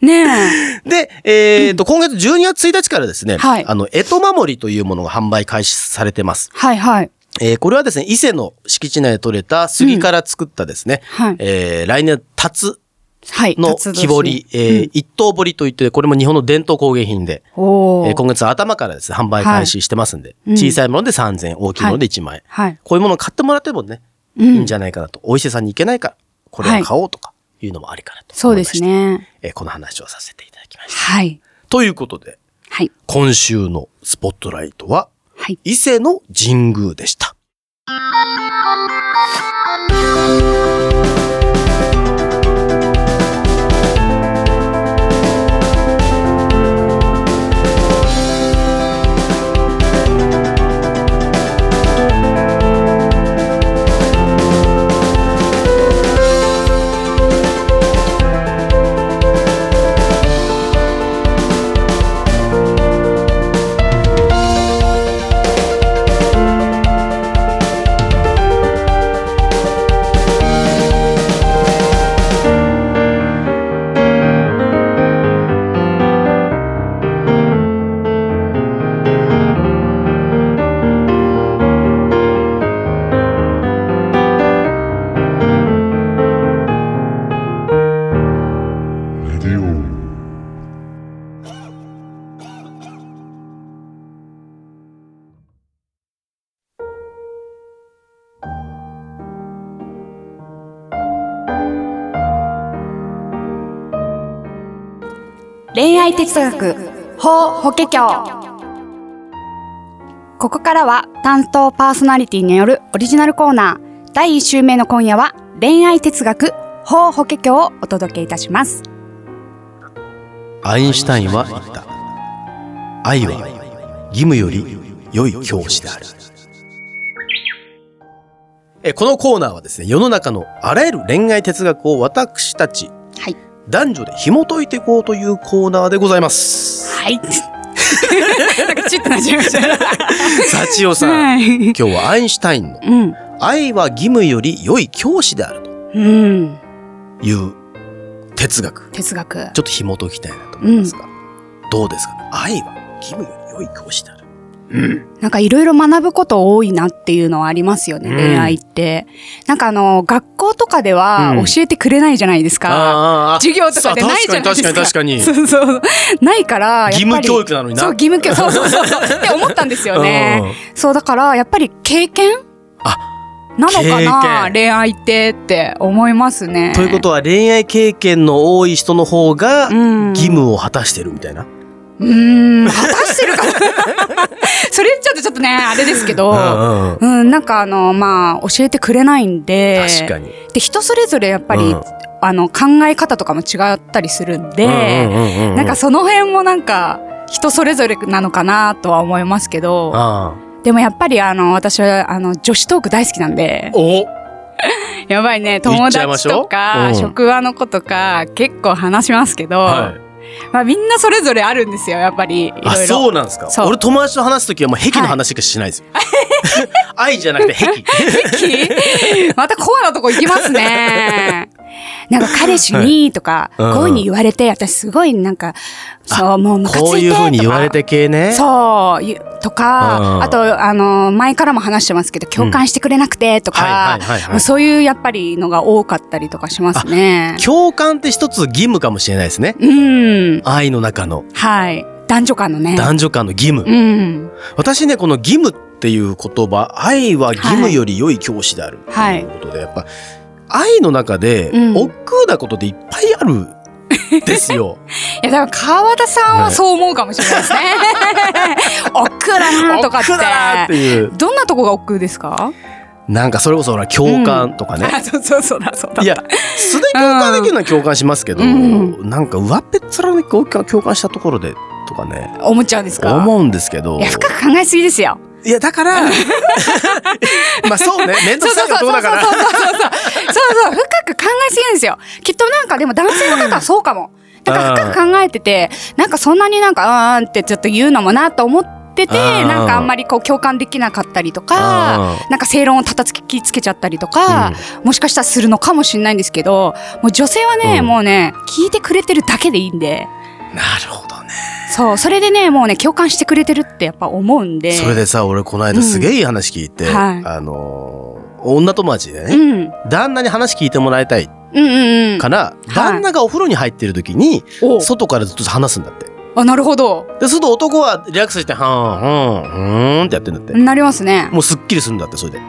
Speaker 4: ねえ。
Speaker 3: で、えっと、今月12月1日からですね、
Speaker 4: はい
Speaker 3: あの、江戸守りというものが販売開始されてます。
Speaker 4: はいはい。
Speaker 3: えーこれはですね、伊勢の敷地内で採れた杉から作ったですね、
Speaker 4: うんはい
Speaker 3: えー来年、タツ
Speaker 4: はい。
Speaker 3: の
Speaker 4: 辰
Speaker 3: 木彫り、えー一刀彫りといって、これも日本の伝統工芸品で、
Speaker 4: 年。お
Speaker 3: えー
Speaker 4: ー。
Speaker 3: 今月の頭からですね、販売開始してますんで、
Speaker 4: うん
Speaker 3: 小さいもので3000円、大きいもので1万円。
Speaker 4: はい。
Speaker 3: こういうものを買ってもらってもね、
Speaker 4: うん
Speaker 3: いいんじゃないかなと。お伊勢さんに行けないから、これを買おうとかいうのもありかなと
Speaker 4: そう
Speaker 3: 思い
Speaker 4: で
Speaker 3: ました。
Speaker 4: すね。
Speaker 3: えーこの話をさせていただきました。
Speaker 4: はい。
Speaker 3: ということで、
Speaker 4: はい。
Speaker 3: 今週のスポットライトは、
Speaker 4: はい。
Speaker 3: 伊勢の神宮でした。
Speaker 5: Radio.
Speaker 4: 「恋愛哲学法法華経」ここからは担当パーソナリティによるオリジナルコーナー第1週目の今夜は「恋愛哲学法法華経」をお届けいたします
Speaker 3: アインシュタインは言った。愛は義務より良い教師である。え、このコーナーはですね、世の中のあらゆる恋愛哲学を私たち、
Speaker 4: はい
Speaker 3: 男女で紐解いていこうというコーナーでございます。
Speaker 4: はい なんかチッとなっちゃいました。
Speaker 3: 幸代さん、
Speaker 4: はい
Speaker 3: 今日はアインシュタインの
Speaker 4: うん。
Speaker 3: 「愛は義務より良い教師である」と
Speaker 4: うん。
Speaker 3: いう哲学
Speaker 4: 哲学。
Speaker 3: ちょっと紐解きたいなと思いますが、どうですかね愛は義務より良い教師である。
Speaker 4: なんかいろいろ学ぶこと多いなっていうのはありますよね、
Speaker 3: うん
Speaker 4: 恋愛って。なんかあの、学校とかでは
Speaker 3: うん
Speaker 4: 教えてくれないじゃないですか。
Speaker 3: あ
Speaker 4: 授業とかでないじゃないですか。
Speaker 3: 確かに確かに確かに。
Speaker 4: そうそう。ないから、やっぱり
Speaker 3: 義務教育なのにな。
Speaker 4: そう、義務教育。そうそうそ うそう。って思ったんですよね。そう、だから、やっぱり経験
Speaker 3: あ
Speaker 4: なのか
Speaker 3: 経
Speaker 4: な
Speaker 3: 験
Speaker 4: 恋愛ってって思いますね。
Speaker 3: ということは恋愛経験の多い人の方が
Speaker 4: うん
Speaker 3: 義務を果たしてるみたいな。
Speaker 4: うーん、果たしてるかな それちょっとちょっとね、あれですけど。
Speaker 3: うんうん
Speaker 4: うん、なんかあの、まあ、教えてくれないんで。
Speaker 3: 確かに。やっ
Speaker 4: で、人それぞれやっぱり、あの、考え方とかも違ったりするんで、なんかその辺もなんか、人それぞれなのかなとは思いますけど、
Speaker 3: ああ
Speaker 4: でもやっぱりあの、私はあの、女子トーク大好きなんで、
Speaker 3: お
Speaker 4: やばいね、
Speaker 3: 言っ
Speaker 4: 友
Speaker 3: ちゃいまし
Speaker 4: 達
Speaker 3: ょう
Speaker 4: とか、
Speaker 3: うん
Speaker 4: 職場の子とか、結構話しますけど、
Speaker 3: はい。
Speaker 4: まあみんなそれぞれあるんですよ、やっぱり。いろいろ
Speaker 3: あそうなんですか。
Speaker 4: そう
Speaker 3: 俺友達と話すときはもう癖の話しかしないですよ。 愛じゃなくて癖。
Speaker 4: またコアなとこ行きま すね。なんか彼氏にとか、
Speaker 3: うん
Speaker 4: こういうふうに言われて、私すごいなんか、そう、もうムカついてと
Speaker 3: こ
Speaker 4: か。
Speaker 3: ういう風に言われて系ね。
Speaker 4: そう、ゆと
Speaker 3: う
Speaker 4: か、
Speaker 3: ん
Speaker 4: あと、あの、前からも話してますけど、共感してくれなくてと
Speaker 3: はい
Speaker 4: か
Speaker 3: はいはいはい、
Speaker 4: もうそういうやっぱりのが多かったりとかしますね。
Speaker 3: 共感って一つ義務かもしれないですね。
Speaker 4: うん。
Speaker 3: 愛の中の
Speaker 4: はい。男女間のね。
Speaker 3: 男女間の義務。
Speaker 4: うん。
Speaker 3: 私ねこの義務っていう言葉愛は義務より良い教師であると
Speaker 4: はい
Speaker 3: いうことで、やっぱ愛の中で、
Speaker 4: うん
Speaker 3: 億劫なことっていっぱいあ るんですよ。
Speaker 4: いや、だから川田さんはそう思うかもしれないですね。おっくだなとかっ
Speaker 3: 億劫だなって
Speaker 4: て。
Speaker 3: いう
Speaker 4: どんなとこが億劫ですか
Speaker 3: なんかそれこそほら共感とかね、
Speaker 4: あ、そうそうそうだそうだ。
Speaker 3: いや素で共感できるのは共感しますけど、
Speaker 4: う
Speaker 3: なんか上っぺっ面に共感共感したところでとかね
Speaker 4: 思っちゃうんですか
Speaker 3: 思うんですけど
Speaker 4: いや、深く考えすぎですよ。
Speaker 3: いやだから まあそうね面
Speaker 4: そう
Speaker 3: 倒くさい
Speaker 4: そうそ
Speaker 3: こと
Speaker 4: うそう
Speaker 3: だ
Speaker 4: そう
Speaker 3: から
Speaker 4: そうそうそうそう深く考えすぎるんですよきっとなんかでも男性の方はそうかもだから深く考えててなんかそんなになんかあーんってちょっと言うのもなと思ってて
Speaker 3: あー
Speaker 4: なんかあんまりこう共感できなかったりと
Speaker 3: あ
Speaker 4: かなんか正論をたたきつけちゃったりとか、もしかしたらするのかもしれないんですけどもう女性はね、
Speaker 3: うん
Speaker 4: もうね聞いてくれてるだけでいいんで
Speaker 3: なるほどね。
Speaker 4: そうそれでねもうね共感してくれてるってやっぱ思うんで
Speaker 3: それでさ、俺この間すげえいい話聞いて、
Speaker 4: うんはい
Speaker 3: あのー女友達で
Speaker 4: う
Speaker 3: ね、
Speaker 4: ん、うん
Speaker 3: 旦那に話聞いてもらいたい
Speaker 4: うんうん
Speaker 3: から、
Speaker 4: い
Speaker 3: 旦那がお風呂に入ってる時に、
Speaker 4: お
Speaker 3: 外からずっと話すんだって。
Speaker 4: あなるほど
Speaker 3: で、すると男はリラックスして、はーん、はーん、はーんってやってんだって。
Speaker 4: なりますね
Speaker 3: もうすっきりするんだって、それで。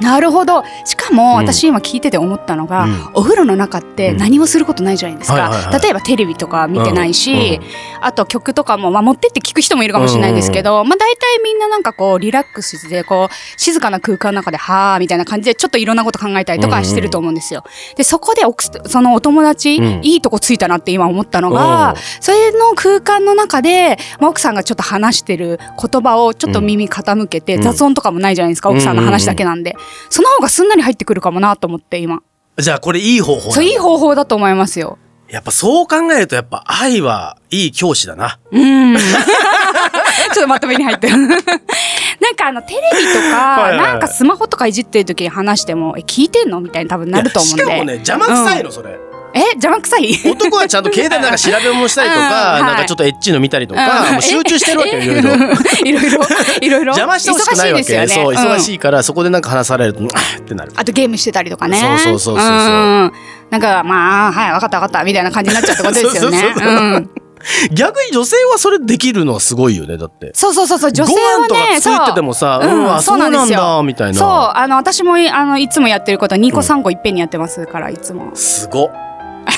Speaker 4: なるほど。しかも、
Speaker 3: うん
Speaker 4: 私今聞いてて思ったのが、
Speaker 3: うん
Speaker 4: お風呂の中って何もすることないじゃないです
Speaker 3: うんはいはい
Speaker 4: か
Speaker 3: は。い
Speaker 4: 例えばテレビとか見てないし
Speaker 3: うん、
Speaker 4: あと曲とかも、まあ、持ってって聞く人もいるかもしれないですけど、まあ大体みんななんかこうリラックスして、こう静かな空間の中で、はーみたいな感じでちょっといろんなこと考えたりとかしてると思うんですよ。で、そこで奥すそのお友達、
Speaker 3: うん
Speaker 4: いいとこついたなって今思ったの
Speaker 3: うん
Speaker 4: が、それの空間の中で、まあ、奥さんがちょっと話してる言葉をちょっと耳傾けて、
Speaker 3: うん
Speaker 4: 雑音とかもないじゃないですか、奥さんの話だけなんで。その方がすんなり入ってくるかもなと思って今。
Speaker 3: じゃあこれいい方法
Speaker 4: そう、いい方法だと思いますよ。
Speaker 3: やっぱそう考えると、やっぱ愛はいい教師だな。
Speaker 4: うん。ちょっとまとめに 入ってる。なんかあのテレビと
Speaker 3: はいは
Speaker 4: か、
Speaker 3: い
Speaker 4: なんかスマホとかいじってる時に話しても、え、聞いてんのみたいに多分なると思うんで。
Speaker 3: いやしかもね、邪魔くさいの、それ。
Speaker 4: え、邪魔くさい
Speaker 3: 男はちゃんと携帯なんか調べ物したりとか、
Speaker 4: うん はい
Speaker 3: なんかちょっとエッチの見たりと
Speaker 4: う
Speaker 3: か、
Speaker 4: ん
Speaker 3: もう集中してるわけよ、いろいろ。
Speaker 4: いろいろ、いろいろ。
Speaker 3: 邪魔してほしくないわけ、
Speaker 4: 忙しいです
Speaker 3: そ
Speaker 4: よ
Speaker 3: う
Speaker 4: ね。
Speaker 3: 忙
Speaker 4: い。
Speaker 3: しいから、そこでなんか話されるとうんあーってなる
Speaker 4: あとゲームしてたりとかね。
Speaker 3: そうそうそうそうそうん
Speaker 4: んなんか、まあ、はい、わかったわかった、みたいな感じになっちゃうってことですよね
Speaker 3: そう。そうそう
Speaker 4: うん
Speaker 3: 逆に女性はそれできるのはすごいよねだって
Speaker 4: そうそうそうそう、女性は
Speaker 3: ご飯と
Speaker 4: ね、
Speaker 3: かついててもさ
Speaker 4: そう
Speaker 3: うんあ
Speaker 4: そうなんですよ
Speaker 3: そうなんだみたいな
Speaker 4: そう、あの、私も、あの、いつもやってること、2個3個いっぺんにやってますから、いつも。
Speaker 3: すごっ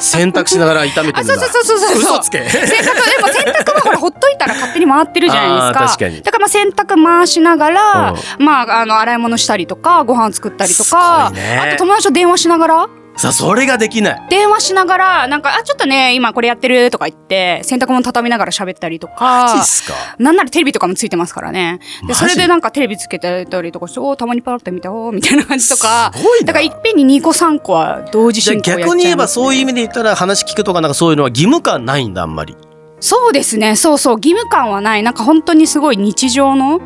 Speaker 3: 洗濯しながら炒めて
Speaker 4: あ、
Speaker 3: るんだ
Speaker 4: そうそうそうそうそう。
Speaker 3: 嘘つけ
Speaker 4: 洗濯でも洗濯はほらほっといたら勝手に回ってるじゃないです
Speaker 3: あー
Speaker 4: か。
Speaker 3: 確かに
Speaker 4: だからまあ洗濯回しながら、まああの洗い物したりとかご飯作ったりとか、
Speaker 3: すごいね
Speaker 4: あと友達と電話しながら
Speaker 3: さそれができない
Speaker 4: 電話しながらなんかあちょっとね今これやってるとか言って洗濯物畳みながら喋ったりと
Speaker 3: マジっ
Speaker 4: か。
Speaker 3: すか
Speaker 4: なんならテレビとかもついてますからね。
Speaker 3: マ
Speaker 4: で、
Speaker 3: ジ
Speaker 4: それでなんかテレビつけてたりとかして、おーたまにパラッと見たおーみたいな感じとか。
Speaker 3: すごいな
Speaker 4: だからいっぺんに2個3個は同時
Speaker 3: じゃあ
Speaker 4: 進行やっちゃい
Speaker 3: 逆
Speaker 4: ます、ね。
Speaker 3: に言えばそういう意味で言ったら話聞くとかなんかそういうのは義務感ないんだあんまり
Speaker 4: そうですねそうそう義務感はないなんか本当にすごい日常の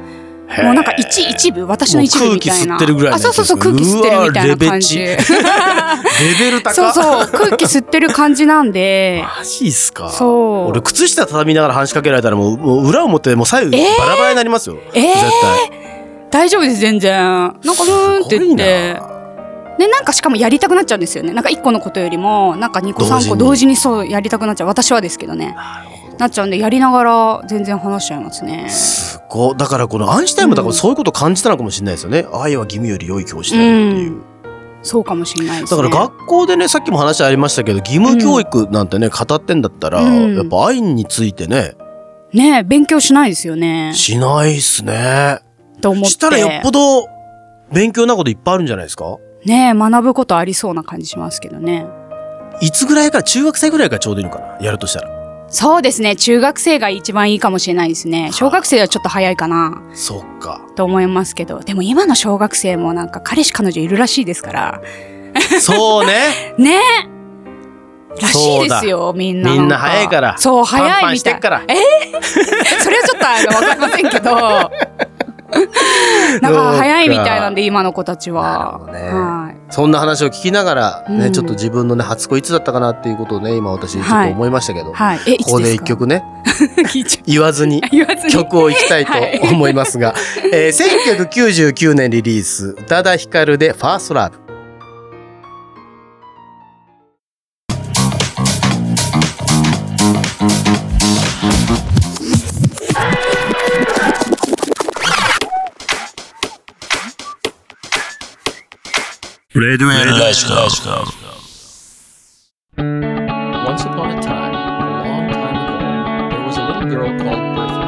Speaker 4: もうなんか一一部私の一部みたいな
Speaker 3: もう空気吸ってるぐらいの
Speaker 4: あそうそうそう空気吸ってるみたいな感じ
Speaker 3: うわレベレベル高
Speaker 4: そうそう空気吸ってる感じなんで
Speaker 3: マジっすか
Speaker 4: そう
Speaker 3: 俺靴下畳みながら話しかけられたらもうもう裏表もう左右
Speaker 4: えー
Speaker 3: バラバラになりますよ、
Speaker 4: えー
Speaker 3: 絶対
Speaker 4: 大丈夫です全然なんかうーんって言って
Speaker 3: すごいな
Speaker 4: でなんかしかもやりたくなっちゃうんですよねなんか1個のことよりもなんか2個
Speaker 3: 同時に
Speaker 4: 3個同時にそうやりたくなっちゃう私はですけどねなっちゃうんでやりながら全然話しちゃいますね
Speaker 3: すごいだからこのアインシュタインもだからそういうこと感じたのかもしれないですよね、愛は義務より良い教師であるっていう、
Speaker 4: うんそうかもしれないです
Speaker 3: だ
Speaker 4: ね
Speaker 3: から学校でねさっきも話ありましたけど義務教育なんてね語ってんだったら、
Speaker 4: うん
Speaker 3: やっぱ愛についてね
Speaker 4: ねえ勉強しないですよね
Speaker 3: しないっすね
Speaker 4: と思って
Speaker 3: したらよっぽど勉強なこといっぱいあるんじゃないですか
Speaker 4: ねえ学ぶことありそうな感じしますけどね
Speaker 3: いつぐらいから中学生ぐらいからちょうどいいのかなやるとしたら
Speaker 4: そうですね中学生が一番いいかもしれないですね小学生はちょっと早いかな
Speaker 3: そっか
Speaker 4: と思いますけどでも今の小学生もなんか彼氏彼女いるらしいですから
Speaker 3: そうね
Speaker 4: ねえらしい
Speaker 3: そ
Speaker 4: で
Speaker 3: うだ
Speaker 4: すよみんな
Speaker 3: みんな
Speaker 4: か
Speaker 3: 早いから
Speaker 4: そう早いみた
Speaker 3: パン
Speaker 4: い
Speaker 3: パンしてっから
Speaker 4: えーそれはちょっとあのわかりません けどなんか早いみたいなんで今の子たち
Speaker 3: なる
Speaker 4: は、
Speaker 3: ほどね
Speaker 4: はい
Speaker 3: そんな話を聞きながらね、
Speaker 4: うん
Speaker 3: ちょっと自分のね初恋いつだったかなっていうことをね今私ちょっと思いましたけど、
Speaker 4: はいえいつですか
Speaker 3: ここで一曲ね
Speaker 4: 聞いちゃう
Speaker 3: 言わずに
Speaker 4: 言わずに
Speaker 3: 曲をいきたいと思います が、えー1999年リリース宇多田ヒカルで「ファーストラブ
Speaker 5: レデュエ
Speaker 2: Let's go.
Speaker 6: Once upon a time, a long time ago, there was a little girl called Bertha.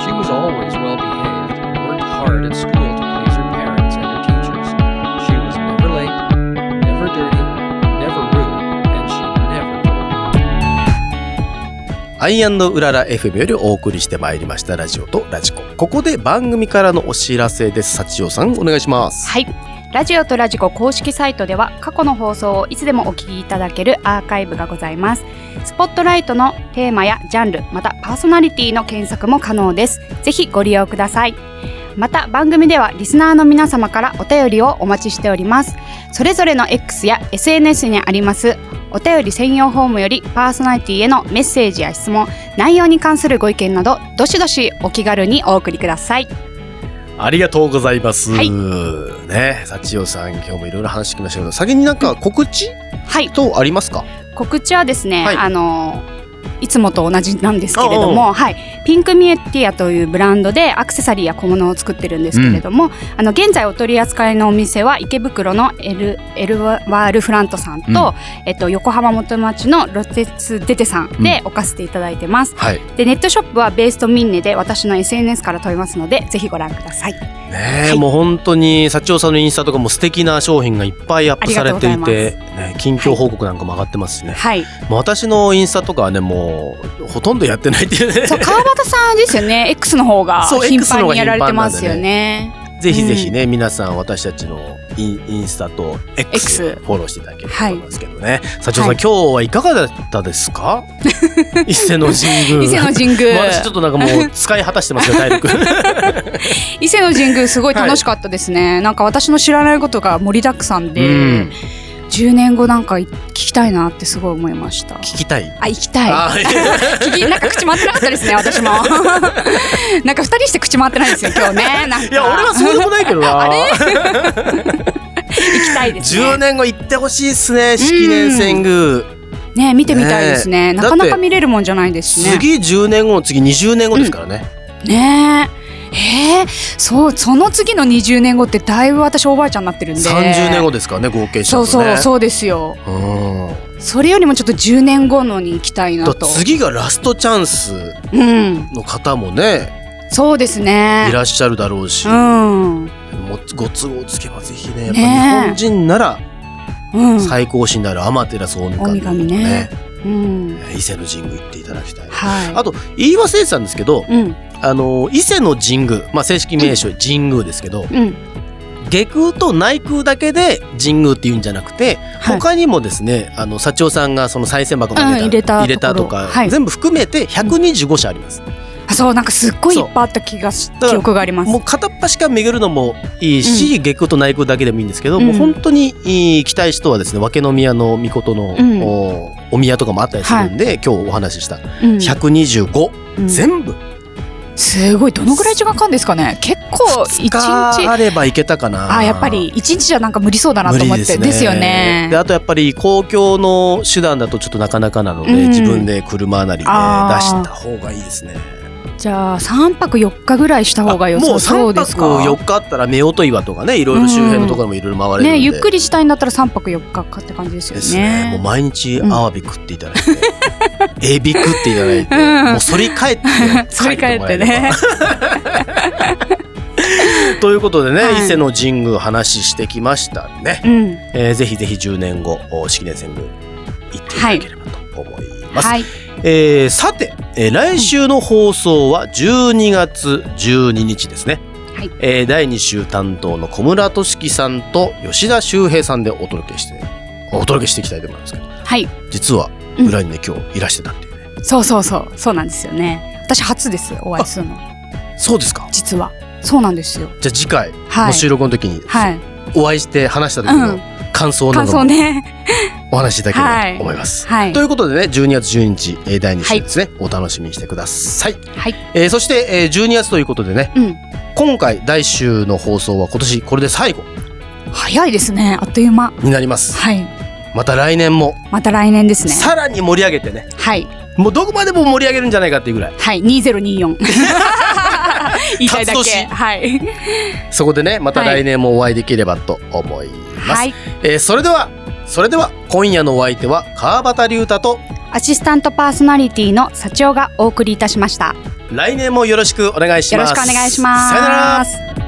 Speaker 6: She was always well behaved and worked hard at school to please her parents and her teachers. She was never late, never dirty, never rude, and she never told
Speaker 3: アイアンのうらら FM よりお送りしてまいりましたラジオとラジコここで番組からのお知らせです幸代さんお願いします
Speaker 4: はい。ラジオとラジコ公式サイトでは過去の放送をいつでもお聞きいただけるアーカイブがございます。スポットライトのテーマやジャンル、またパーソナリティの検索も可能です。ぜひご利用ください。また番組ではリスナーの皆様からお便りをお待ちしております。それぞれの X や SNS にありますお便り専用フォーム よりパーソナリティへのメッセージや質問、内容に関するご意見などどしどしお気軽にお送りください。
Speaker 3: ありがとうございます、
Speaker 4: はい
Speaker 3: ね幸代さん今日もいろいろ話してきましたけど先になんか告知
Speaker 4: はい。
Speaker 3: とありますか
Speaker 4: 告知はですね、
Speaker 3: はい
Speaker 4: あのいつもと同じなんですけれども、はい、ピンクミエティアというブランドでアクセサリーや小物を作ってるんですけれども、あの現在お取り扱いのお店は池袋のエルエルワールフラントさんと、えっと、横浜元町のロテツデテさんで置かせていただいてます、
Speaker 3: はい
Speaker 4: でネットショップはベースとミンネで私の SNS から飛びますのでぜひご覧ください
Speaker 3: ねえ、
Speaker 4: はい
Speaker 3: もう本当に幸代さんのインスタとかも素敵な商品がいっぱいアップされて
Speaker 4: あ
Speaker 3: い
Speaker 4: りがとうござ
Speaker 3: て
Speaker 4: い
Speaker 3: ね、近況報告なんかも上がってますしね、
Speaker 4: はい
Speaker 3: もう私のインスタとかはねもうほとんどやってないっていうね
Speaker 4: そう川端さんですよね X の方が
Speaker 3: そう
Speaker 4: 頻
Speaker 3: X の方
Speaker 4: 繁
Speaker 3: が
Speaker 4: にやられてますよ
Speaker 3: 頻繁なんで
Speaker 4: ね
Speaker 3: ぜひぜひね、皆さん私たちのインインスタと X を
Speaker 4: X
Speaker 3: フォローしていただければと思いますけどね、幸代さん、
Speaker 4: はい
Speaker 3: 今日はいかがだったです か一勢の神宮
Speaker 4: 伊勢の神
Speaker 3: も
Speaker 4: 宮
Speaker 3: う 私ちょっとなんかもう使い果たしてますよ体 力
Speaker 4: 伊勢の神宮すごい楽しかったですね、なんか私の知らないことが盛りだくさんで、
Speaker 3: うん
Speaker 4: 10年後なんか聞きたいなってすごい思いました
Speaker 3: 聞きたい
Speaker 4: あ行きたい
Speaker 3: あ
Speaker 4: 聞きなんか口回ってなかっ たですね私も なんか二人して口回ってないですよ今日ねなんか
Speaker 3: いや俺はそうでもないけど な
Speaker 4: 行きたいです
Speaker 3: 10
Speaker 4: ね
Speaker 3: 年後行ってほしいっすね式年遷宮
Speaker 4: ね見てみたいですね
Speaker 3: ね
Speaker 4: なかな
Speaker 3: だ
Speaker 4: か
Speaker 3: って
Speaker 4: 見れるもんじゃないですしね
Speaker 3: 次10年後の次20年後ですからね、
Speaker 4: ねええー、そうその次の20年後ってだいぶ私おばあちゃんになってるんで
Speaker 3: 30年後ですからね合計した
Speaker 4: そ
Speaker 3: と
Speaker 4: う
Speaker 3: ね
Speaker 4: そうそうですよ
Speaker 3: うん
Speaker 4: それよりもちょっと10年後のに行きたいな
Speaker 3: だ
Speaker 4: と
Speaker 3: 次がラストチャンス
Speaker 4: うん
Speaker 3: の方もね
Speaker 4: そうですね。
Speaker 3: いらっしゃるだろうし、
Speaker 4: うん。うん。
Speaker 3: もご都合つけばぜひねやっぱ
Speaker 4: ね
Speaker 3: 日本人なら最高神である天照大神
Speaker 4: 大神ねうん。
Speaker 3: 伊勢の神宮行っていただきたい。
Speaker 4: はい。
Speaker 3: あと言い忘れてたんですけど、
Speaker 4: うん。
Speaker 3: あの伊勢の神宮、まあ、正式名称神宮ですけど、
Speaker 4: うん。
Speaker 3: 下空と内空だけで神宮っていうんじゃなくて、
Speaker 4: はい
Speaker 3: 他にもですねあの幸男さんがその再銭箱に
Speaker 4: うん
Speaker 3: 入
Speaker 4: 入
Speaker 3: れ
Speaker 4: れ
Speaker 3: た,、
Speaker 4: た
Speaker 3: 入れたとか、
Speaker 4: ところはい
Speaker 3: 全部含めて125社あります、
Speaker 4: あそうなんかすっごいい
Speaker 3: そう
Speaker 4: っぱいあった気がし
Speaker 3: だから
Speaker 4: 記憶があります
Speaker 3: もう片っ端から巡るのもいいし、下空と内空だけでもいいんですけど、
Speaker 4: うん
Speaker 3: もう本当にいい期待しとはですね分け宮の御事の、
Speaker 4: うん
Speaker 3: おお宮とかもあったりするんで、今日お話しした
Speaker 4: うん
Speaker 3: 125、
Speaker 4: うん
Speaker 3: 全部
Speaker 4: すごいどのぐらい時間かかるんですかね結構一
Speaker 3: 2
Speaker 4: 日
Speaker 3: あればいけたかな
Speaker 4: あやっぱり一日じゃなんか無理そうだな
Speaker 3: 無
Speaker 4: と
Speaker 3: 理
Speaker 4: 思ってです,、よね
Speaker 3: であとやっぱり公共の手段だとちょっとなかなかなので、
Speaker 4: うん
Speaker 3: 自分で車なりで出
Speaker 4: あー
Speaker 3: した方がいいですね。
Speaker 4: じゃあ三泊四日ぐらいした方が良さそうですか
Speaker 3: あもう3泊4日あったら夫婦岩とかねいろいろ周辺のところもいろいろ回れるんで、
Speaker 4: ねゆっく
Speaker 3: り
Speaker 4: りしたいんだったら三泊四日かって感じですよ
Speaker 3: ですねもう
Speaker 4: ね
Speaker 3: 毎日アワビ食っていただいて、 エビ食っていただいて、
Speaker 4: うん
Speaker 3: もう反り返って
Speaker 4: 反り返ってね
Speaker 3: 帰もらえればということでね、
Speaker 4: はい
Speaker 3: 伊勢の神宮話してきましたね。
Speaker 4: うん
Speaker 3: えーぜひぜひ10年後お式年遷宮行っていただければと思います。
Speaker 4: はい
Speaker 3: えーさて、えー来週の放送は12月12日ですね、
Speaker 4: はい
Speaker 3: えー第2週担当の小村俊樹さんと吉田修平さんでお届けしてお届けしていきたいと思いますけど
Speaker 4: はい
Speaker 3: 実は
Speaker 4: うん
Speaker 3: 裏にね、今日いらしてたっていうね
Speaker 4: そうそうそうそうなんですよね私初ですお会いするの
Speaker 3: そうですか
Speaker 4: 実はそうなんですよ
Speaker 3: じゃあ次回、
Speaker 4: は
Speaker 3: の
Speaker 4: い
Speaker 3: 収録の時に、
Speaker 4: はい
Speaker 3: お会いして話した時
Speaker 4: う
Speaker 3: の
Speaker 4: ん
Speaker 3: 感想な
Speaker 4: 感
Speaker 3: ど
Speaker 4: 想
Speaker 3: も
Speaker 4: ね
Speaker 3: お話しいただけ
Speaker 4: は
Speaker 3: れば
Speaker 4: い
Speaker 3: と思います、
Speaker 4: はい
Speaker 3: ということでね12月12日えー第2週ですね、お楽しみにしてください、
Speaker 4: はい
Speaker 3: えーそして、えー12月ということでね
Speaker 4: うん
Speaker 3: 今回第週の放送は今年これで最後
Speaker 4: 早いですねあっという間
Speaker 3: になります
Speaker 4: はい
Speaker 3: また来年も
Speaker 4: また来年ですね
Speaker 3: さらに盛り上げてね
Speaker 4: はい
Speaker 3: もうどこまでも盛り上げるんじゃないかっていうぐらい
Speaker 4: はい、二ゼロ二四。言いたいだ
Speaker 3: 辰年
Speaker 4: け。はい。
Speaker 3: そこでねまた
Speaker 4: はい
Speaker 3: 来年もお会いできればと思います、
Speaker 4: はい。
Speaker 3: えーそれではそれでは今夜のお相手は川端龍太と
Speaker 4: アシスタントパーソナリティの社長がお送りいたしました。
Speaker 3: 来年もよろしくお願いし
Speaker 4: よろ
Speaker 3: ます
Speaker 4: しくお願いします。
Speaker 3: さよなら
Speaker 4: ら。